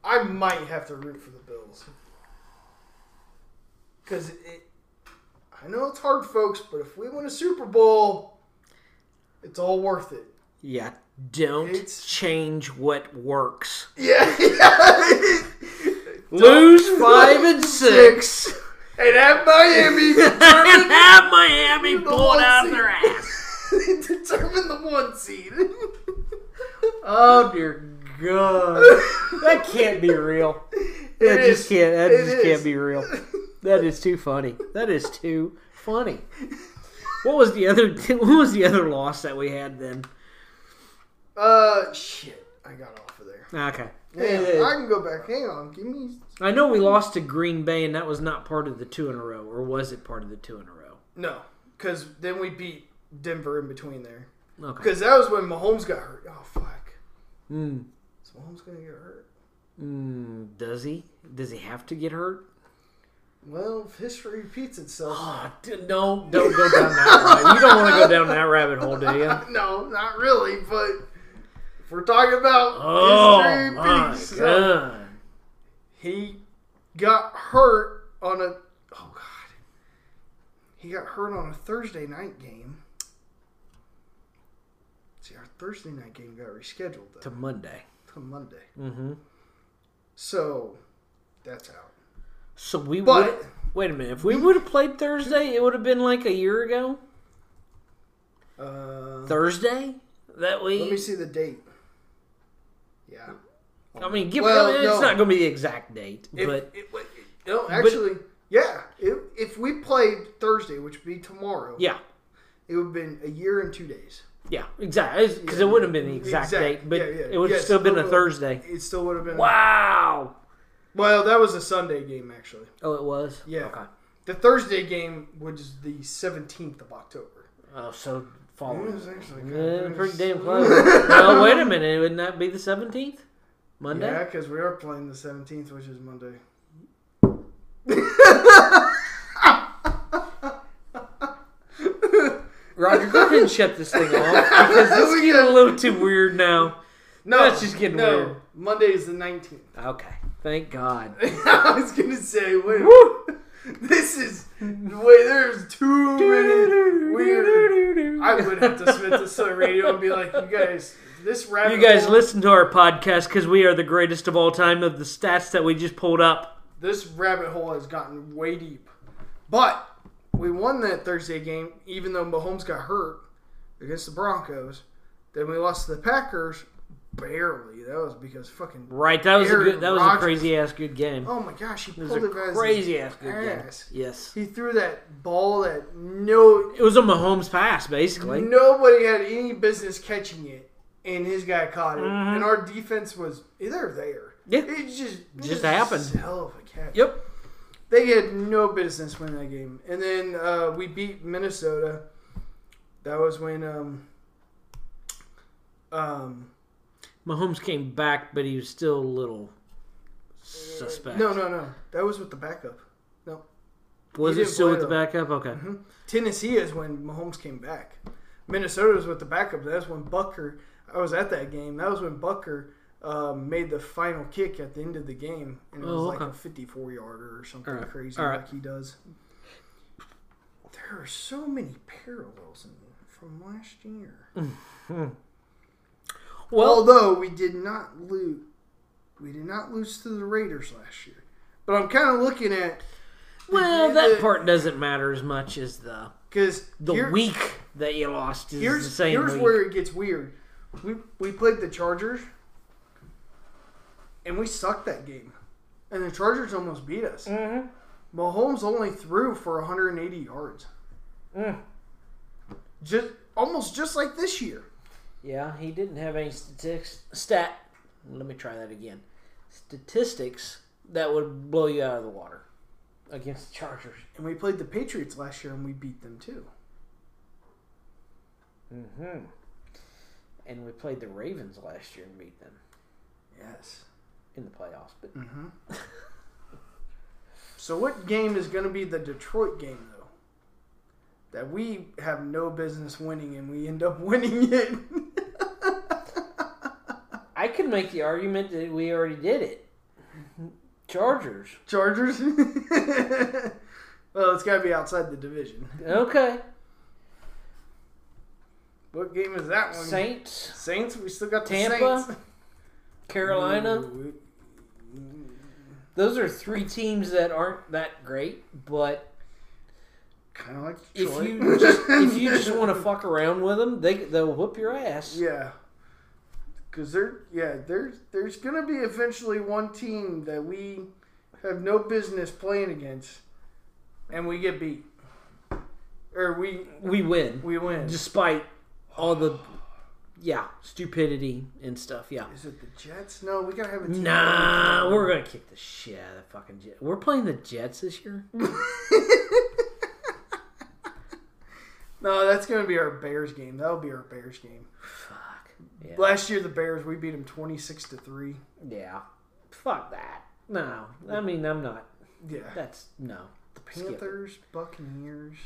A: I might have to root for the Bills. Cause it. I know it's hard, folks, but if we win a Super Bowl, it's all worth it.
B: Yeah. Don't
A: It's-
B: change what works.
A: (laughs) Yeah. (laughs)
B: Lose five and six.
A: and at Miami
B: (laughs)
A: (laughs)
B: and have Miami
A: The
B: pull it
A: one
B: out of
A: seed. (laughs)
B: their ass.
A: determine the one Uh, seed.
B: (laughs) Oh dear God, that can't be real. That
A: It
B: just
A: is.
B: can't. That
A: It
B: just
A: is.
B: can't be real. That is too funny. That is too funny. What was the other? (laughs) What was the other loss that we had then?
A: (laughs) Uh, shit. I got off of there.
B: Okay.
A: Yeah, I can go back. Hang on. Give me.
B: I know we lost to Green Bay, and that was not part of the two in a row, or was it part of the two in a row?
A: No, because then we beat Denver in between there.
B: Okay.
A: Because that was when Mahomes got hurt. Oh fuck.
B: Mm.
A: Is Mahomes gonna get hurt?
B: Mm, does he? Does he have to get hurt?
A: Well, if history repeats itself.
B: Oh, d- no, don't go down that road. You don't want to go down that rabbit hole, do you?
A: (laughs) no, not really. But if we're talking about
B: Oh
A: history
B: my
A: repeats itself,
B: god!
A: he got hurt on a. Oh god. He got hurt on a Thursday night game. See, our Thursday night game got rescheduled though,
B: To Monday.
A: to Monday.
B: Mm-hmm.
A: So that's out.
B: So we
A: But
B: would Wait a minute. If we would have played Thursday, it would have been like a year ago.
A: Uh,
B: Thursday that we.
A: let me see the date. Yeah.
B: I mean, give,
A: Well,
B: I mean, it's
A: no.
B: not going to be the exact date,
A: If-
B: but
A: it- wait, no, actually, yeah. If, if we played Thursday, which would be tomorrow,
B: yeah,
A: it would have been a year and two days.
B: yeah, exactly. Because it wouldn't have been the exact, date, but
A: yeah, yeah.
B: it would have
A: Yes,
B: still been a
A: no, no.
B: Thursday.
A: It still would have been.
B: Wow.
A: Well, that was a Sunday game actually.
B: Oh, it was.
A: Yeah.
B: Okay.
A: The Thursday game was the seventeenth of October.
B: Oh, so
A: It
B: following.
A: was actually kind
B: Yeah,
A: of
B: pretty
A: close.
B: damn close. no, wait a minute. Wouldn't that be the seventeenth? Monday.
A: Yeah, because we are playing the seventeenth, which is Monday.
B: Roger, go ahead and shut this thing off because this is
A: We
B: getting a
A: got-
B: little too weird now.
A: (laughs) No,
B: That's just getting
A: no.
B: weird.
A: Monday is the nineteenth. (laughs)
B: Okay. Thank God.
A: I was gonna say, wait,
B: Woo!
A: (laughs) this is wait. There's too
B: (laughs)
A: many weird. I would have to submit this to the radio and be like, you guys, this rabbit.
B: You guys
A: hole,
B: listen to our podcast because we are the greatest of all time of the stats that we just pulled up.
A: this rabbit hole has gotten way deep. But we won that Thursday game, even though Mahomes got hurt against the Broncos. Then we lost to the Packers barely. That was because fucking
B: Right. That was
A: Aaron
B: a good. That was
A: Rodgers.
B: a crazy ass good game.
A: oh my gosh, he
B: it
A: pulled
B: was a
A: it out of
B: crazy ass
A: his
B: good game.
A: ass.
B: Yes.
A: He threw that ball that no
B: It was a Mahomes pass, basically.
A: nobody had any business catching it, and his guy caught it,
B: Mhm.
A: and our defense was either there.
B: Yeah.
A: It just
B: Just happened.
A: Hell of a catch.
B: Yep.
A: they had no business winning that game. And then uh, we beat Minnesota. That was when um, um,
B: Mahomes came back, but he was still a little suspect.
A: no, no, no. That was with the backup.
B: Was
A: He
B: it
A: didn't
B: still
A: play
B: with the backup? Okay.
A: Tennessee is when Mahomes came back. Minnesota was with the backup. That's when Bucker. I was at that game. That was when Bucker um, made the final kick at the end of the game, and it was
B: Oh,
A: like a
B: okay.
A: 54 yarder or something
B: All right.
A: crazy
B: All right.
A: like he does. There are so many parallels in from last year.
B: Well,
A: Although we did not lose, we did not lose to the Raiders last year. But I'm kind of looking at
B: well, that part doesn't matter as much as the
A: because
B: the week that you lost is
A: Here's
B: the same
A: here's
B: week.
A: where it gets weird. We we played the Chargers, and we sucked that game, and the Chargers almost beat us.
B: Mhm.
A: Mahomes only threw for 180 yards,
B: Mm.
A: just almost just like this year.
B: Yeah, he didn't have any statistics. Stat. Let me try that again. Statistics that would blow you out of the water against the Chargers.
A: And we played the Patriots last year, and we beat them too.
B: Mm-hmm. And we played the Ravens last year and beat them
A: Yes.
B: in the playoffs. But
A: Mm-hmm. (laughs) so what game is going to be the Detroit game though? That we have no business winning and we end up (laughs) winning it.
B: I can make the argument that we already did it.
A: Mm-hmm.
B: Chargers.
A: Chargers. (laughs) well, it's got to be outside the division.
B: Okay.
A: What game is that one?
B: Saints.
A: Saints. We still got the
B: Tampa?
A: Saints.
B: Carolina.
A: Ooh,
B: Those are three teams that aren't that great, but
A: Kind of like
B: if
A: Detroit.
B: you just if
A: (laughs)
B: you just want to fuck around with them, they they'll whoop your ass.
A: Yeah. Cause there, yeah, there's there's gonna be eventually one team that we have no business playing against, and we get beat, or we
B: We win
A: we win.
B: despite all the yeah stupidity and stuff. Yeah.
A: Is it the Jets? No, we gotta have a team.
B: Nah, we're gonna kick the shit out of the fucking Jets. We're playing the Jets this year.
A: No, that's gonna be our Bears game. That'll be our Bears game.
B: Fuck. Yeah.
A: Last year the Bears we beat them twenty six to three.
B: yeah. Fuck that. No, I mean I'm not.
A: Yeah.
B: That's no. The
A: Panthers, Buccaneers.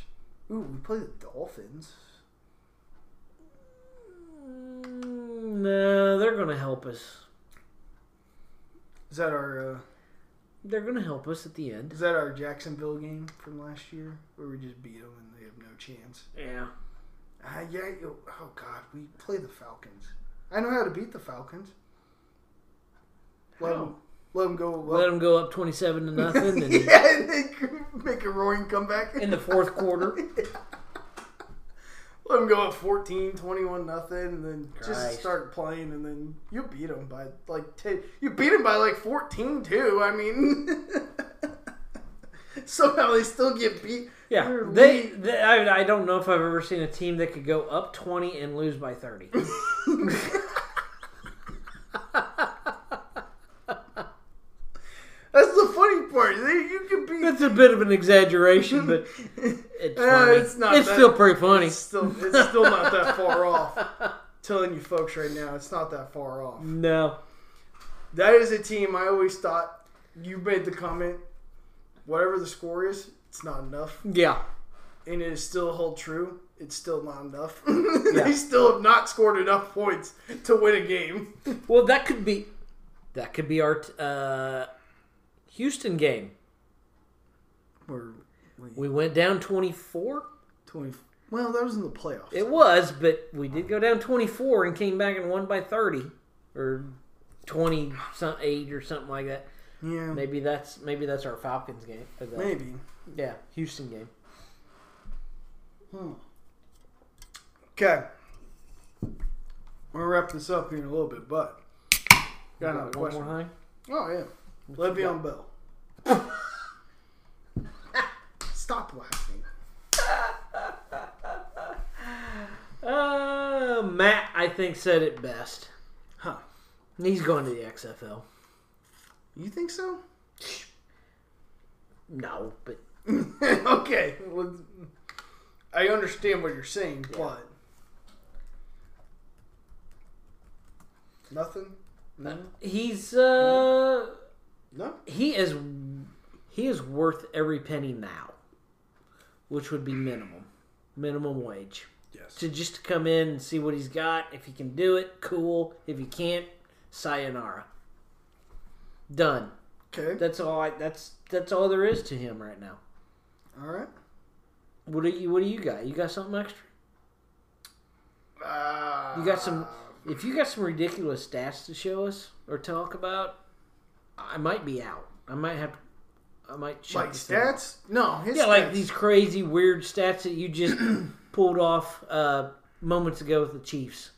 A: Ooh, we play the Dolphins.
B: No, Mm, they're gonna help us.
A: Is that our? Uh,
B: They're gonna help us at the end.
A: Is that our Jacksonville game from last year where we just beat them and they have no chance?
B: Yeah.
A: Ah, yeah. you- Oh God, we play the Falcons. I know how to beat the Falcons. Let
B: How?
A: them, let them go. (laughs)
B: Let them go up twenty-seven to nothing. And
A: yeah, and they Make a roaring comeback.
B: in the
A: (laughs)
B: fourth quarter.
A: Let them go at 14, 21 nothing, and then just
B: Christ.
A: start playing, and then you beat them by like 10. You beat them by like 14, too. I mean, (laughs) somehow they still get beat.
B: Yeah,
A: You're
B: they. they I, I don't know if I've ever seen a team that could go up twenty and lose by thirty.
A: That's the funny part. They, you can beat.
B: That's a bit of an
A: (laughs)
B: exaggeration, but it's funny.
A: Uh, it's not
B: It's
A: that-
B: still pretty funny.
A: It's still, it's still not that far off. telling you folks right now, it's not that far off.
B: No,
A: That is a team I always thought you made the comment. Whatever the score is, it's not enough,
B: yeah,
A: and it is still hold true. It's still not enough. (laughs)
B: Yeah.
A: they still have not scored enough points to win a game.
B: Well, that could be that could be our t- uh, Houston game.
A: We're
B: We went down 24.
A: twenty. Well, that was in the playoffs.
B: It was, but we did go down 24 and came back and won by 30 or 20 some eight or something like that.
A: yeah, maybe.
B: Maybe that's maybe that's our Falcons game. or the- Yeah, Houston game.
A: Okay, we're gonna wrap this up here in a little bit, but got another
B: One
A: question.
B: more time.
A: Oh yeah, Le'Veon Bell. (laughs) Stop laughing.
B: Uh, Matt, I think said it best.
A: Huh?
B: He's going to the XFL.
A: You think so?
B: No, but
A: (laughs) okay. Well, I understand what you're saying, but nothing. No.
B: he's uh
A: No.
B: he is he is worth every penny now, which would be minimum minimum wage.
A: Yes.
B: To just to come in and see what he's got. If he can do it, cool. If he can't, sayonara. Done.
A: Okay.
B: That's all. I, that's that's all there is to him right now.
A: All right.
B: What do you What do you got? You got something extra?
A: Uh,
B: You got some. If you got some ridiculous stats to show us or talk about, I might be out. I might have. I might check
A: like
B: this thing out.
A: stats? No. His
B: Yeah, like
A: stats.
B: these crazy, weird stats that you just (clears throat) pulled off uh, moments ago with the Chiefs.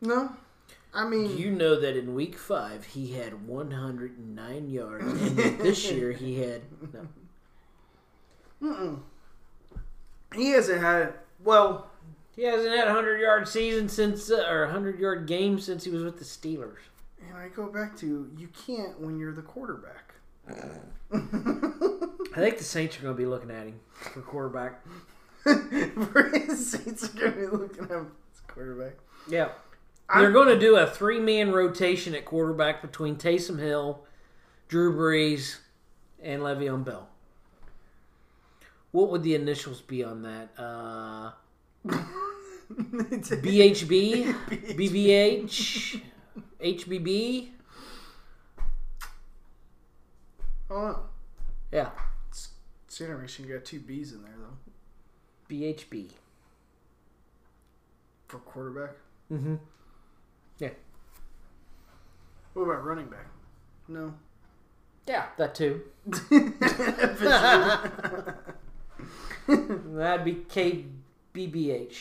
A: No. I mean,
B: You know that in Week Five he had 109 yards, and that this year he had no.
A: he hasn't had. Well,
B: He hasn't had a 100 yard season since, uh, or a 100 yard game since he was with the Steelers.
A: and I go back to you can't when you're the (laughs) quarterback.
B: I think the Saints are going to be looking at him for quarterback.
A: the Saints are gonna be looking at him as quarterback.
B: Yeah.
A: I'm-
B: They're going to do a three man rotation at quarterback between Taysom Hill, Drew Brees, and Le'Veon Bell. What would the initials be on that? Uh, BHB, BBH, HBB?
A: oh,
B: Yeah,
A: it's interesting. You got two B's in there though
B: BHB.
A: for quarterback.
B: Mm-hmm. Yeah.
A: What about running back? No. (laughs)
B: Yeah, that too. That'd be KBBH.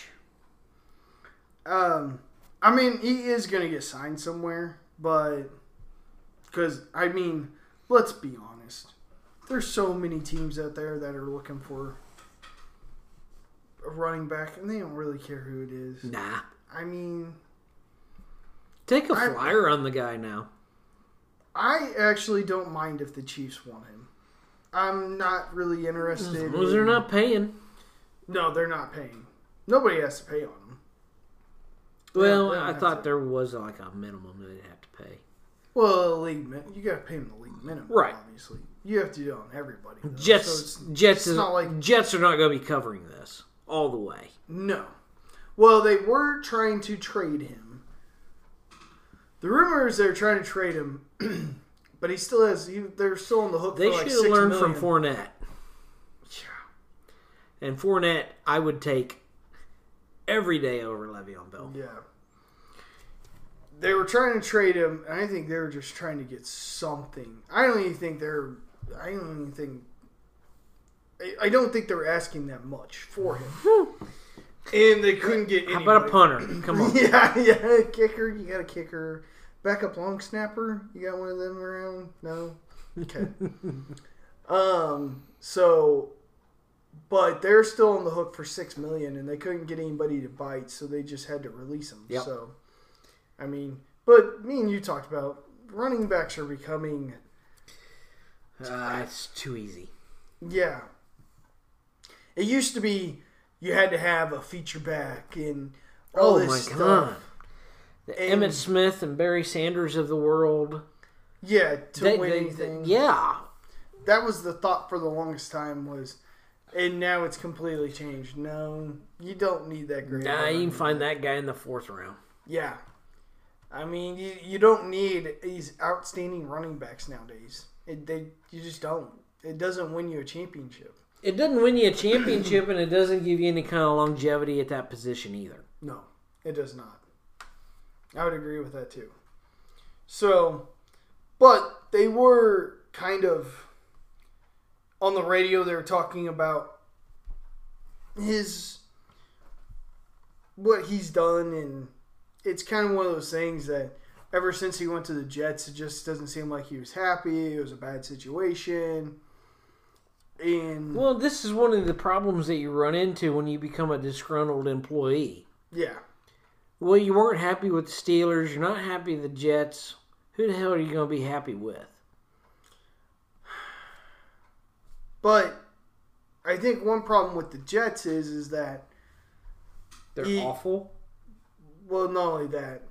A: (laughs) um, I mean, he is gonna get signed somewhere, but because I mean, let's be honest. There's so many teams out there that are looking for a running back, and they don't really care who it is.
B: Nah.
A: I mean,
B: Take a
A: I-
B: flyer on the guy now.
A: I actually don't mind if the Chiefs want him. I'm not really interested.
B: As long as they're
A: in-
B: not paying.
A: No, they're not paying. Nobody has to pay on them.
B: Well,
A: they don't
B: I
A: have
B: thought
A: to.
B: there was like a minimum they'd have to pay.
A: Well, league min- you got to pay them the league minimum,
B: Right.
A: Obviously, you have to do it on everybody. though,
B: Jets,
A: so it's-
B: Jets,
A: it's
B: is,
A: not like-
B: Jets are not going to be covering this all the way.
A: no. Well, they were trying to trade him. The rumor is they're trying to trade him, (clears throat) but he still has. He, they're still on the hook.
B: They
A: for like
B: should have
A: six
B: learned
A: million.
B: from Fournette. And Fournette, I would take every day over Le'Veon Bell.
A: Yeah. They were trying to trade him, and I think they were just trying to get something. I don't even think they're I don't even think. I, I don't think they were asking that much for him, and they couldn't get.
B: How about a
A: anybody.
B: punter? Come on.
A: (laughs) yeah, yeah, kicker. You got a kicker. Backup long snapper. You got one of them around? No.
B: (laughs)
A: Okay. um. So, but they're still on the hook for six million, and they couldn't get anybody to bite, so they just had to release them.
B: Yep.
A: So, I mean, but me and you talked about running backs are becoming.
B: Uh, it's too easy.
A: Yeah. It used to be you had to have a feature back and all
B: Oh
A: this
B: my
A: stuff.
B: god. The
A: And-
B: Emmett Smith and Barry Sanders of the world.
A: Yeah, to
B: They-
A: win
B: they-
A: anything.
B: yeah.
A: that was the thought for the longest time was and now it's completely changed no you don't need that great
B: Nah, you can
A: arm.
B: find that guy in the fourth round.
A: yeah i mean you, you don't need these outstanding running backs nowadays it, they you just don't it doesn't win you a championship
B: It doesn't win you a championship, and it doesn't give you any kind of longevity at that position either.
A: no it does not i would agree with that too so but they were kind of on the radio they were talking about his what he's done and it's kind of one of those things that ever since he went to the Jets it just doesn't seem like he was happy it was a bad situation and
B: Well, this is one of the problems that you run into when you become a disgruntled employee.
A: yeah
B: Well, you weren't happy with the Steelers. You're not happy with the Jets. Who the hell are you going to be happy with?
A: but I think one problem with the Jets is is that
B: They're
A: Ye-
B: awful.
A: Well, not only that,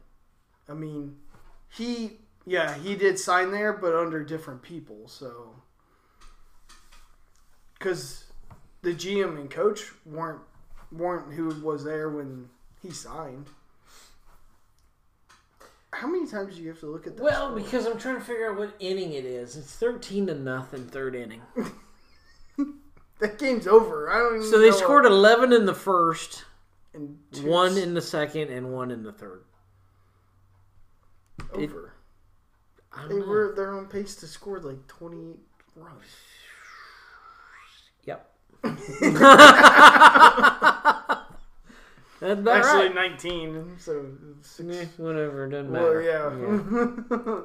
A: I mean, he yeah he did sign there, but under different people. So, because the GM and coach weren't weren't who was there when he signed. How many times do you have to look at that?
B: Well,
A: score?
B: because I'm trying to figure out what inning it is. It's 13 to nothing, third inning.
A: that game's over. I don't. Even
B: So they
A: know-
B: scored 11 in the first,
A: and two-
B: one in the second, and one in the third.
A: over.
B: I
A: They
B: don't know.
A: were they're on pace to score like twenty eight runs.
B: Yep. That's about
A: Actually,
B: right.
A: nineteen. So six.
B: Eh, whatever, it doesn't
A: Well,
B: matter. (laughs)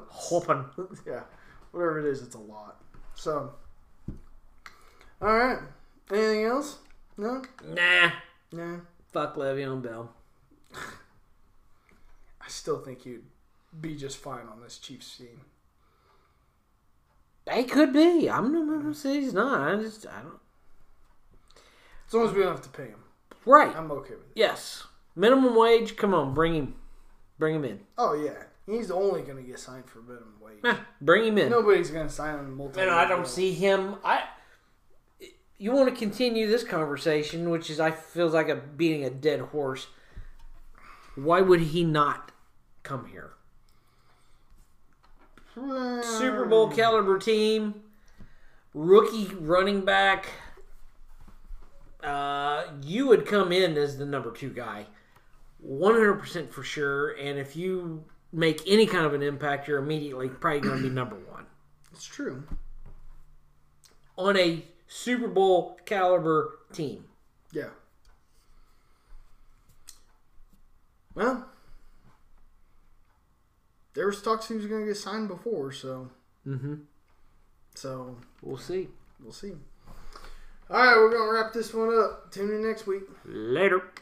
A: yeah.
B: Hopping.
A: (laughs) yeah, whatever it is, it's a lot. So, all right. Anything else? No.
B: Nah.
A: Nah.
B: Fuck Le'Veon Bell.
A: I still think you'd be just fine on this Chiefs team.
B: They could be. I'm not going to say he's not. I just, I don't.
A: As long as we don't have to pay him,
B: Right.
A: I'm okay with it.
B: Yes. Minimum wage. Come on, bring him. Bring him in.
A: Oh yeah, he's only gonna get signed for minimum
B: (laughs)
A: wage.
B: Eh, Bring him in.
A: Nobody's gonna sign him multiple.
B: And I don't see him. I. You want to continue this conversation, which is I feels like a beating a dead horse. Why would he not come here?
A: Um.
B: Super Bowl caliber team, rookie running back. Uh, you would come in as the number two guy, one hundred percent for sure. And if you make any kind of an impact, you're immediately probably going to be number one
A: It's true.
B: on a Super Bowl caliber team.
A: Yeah. Well, there was talks he was going to get signed before, so
B: Mm-hmm.
A: so
B: We'll see.
A: we'll see. All right, we're going to wrap this one up. Tune in next week.
B: Later.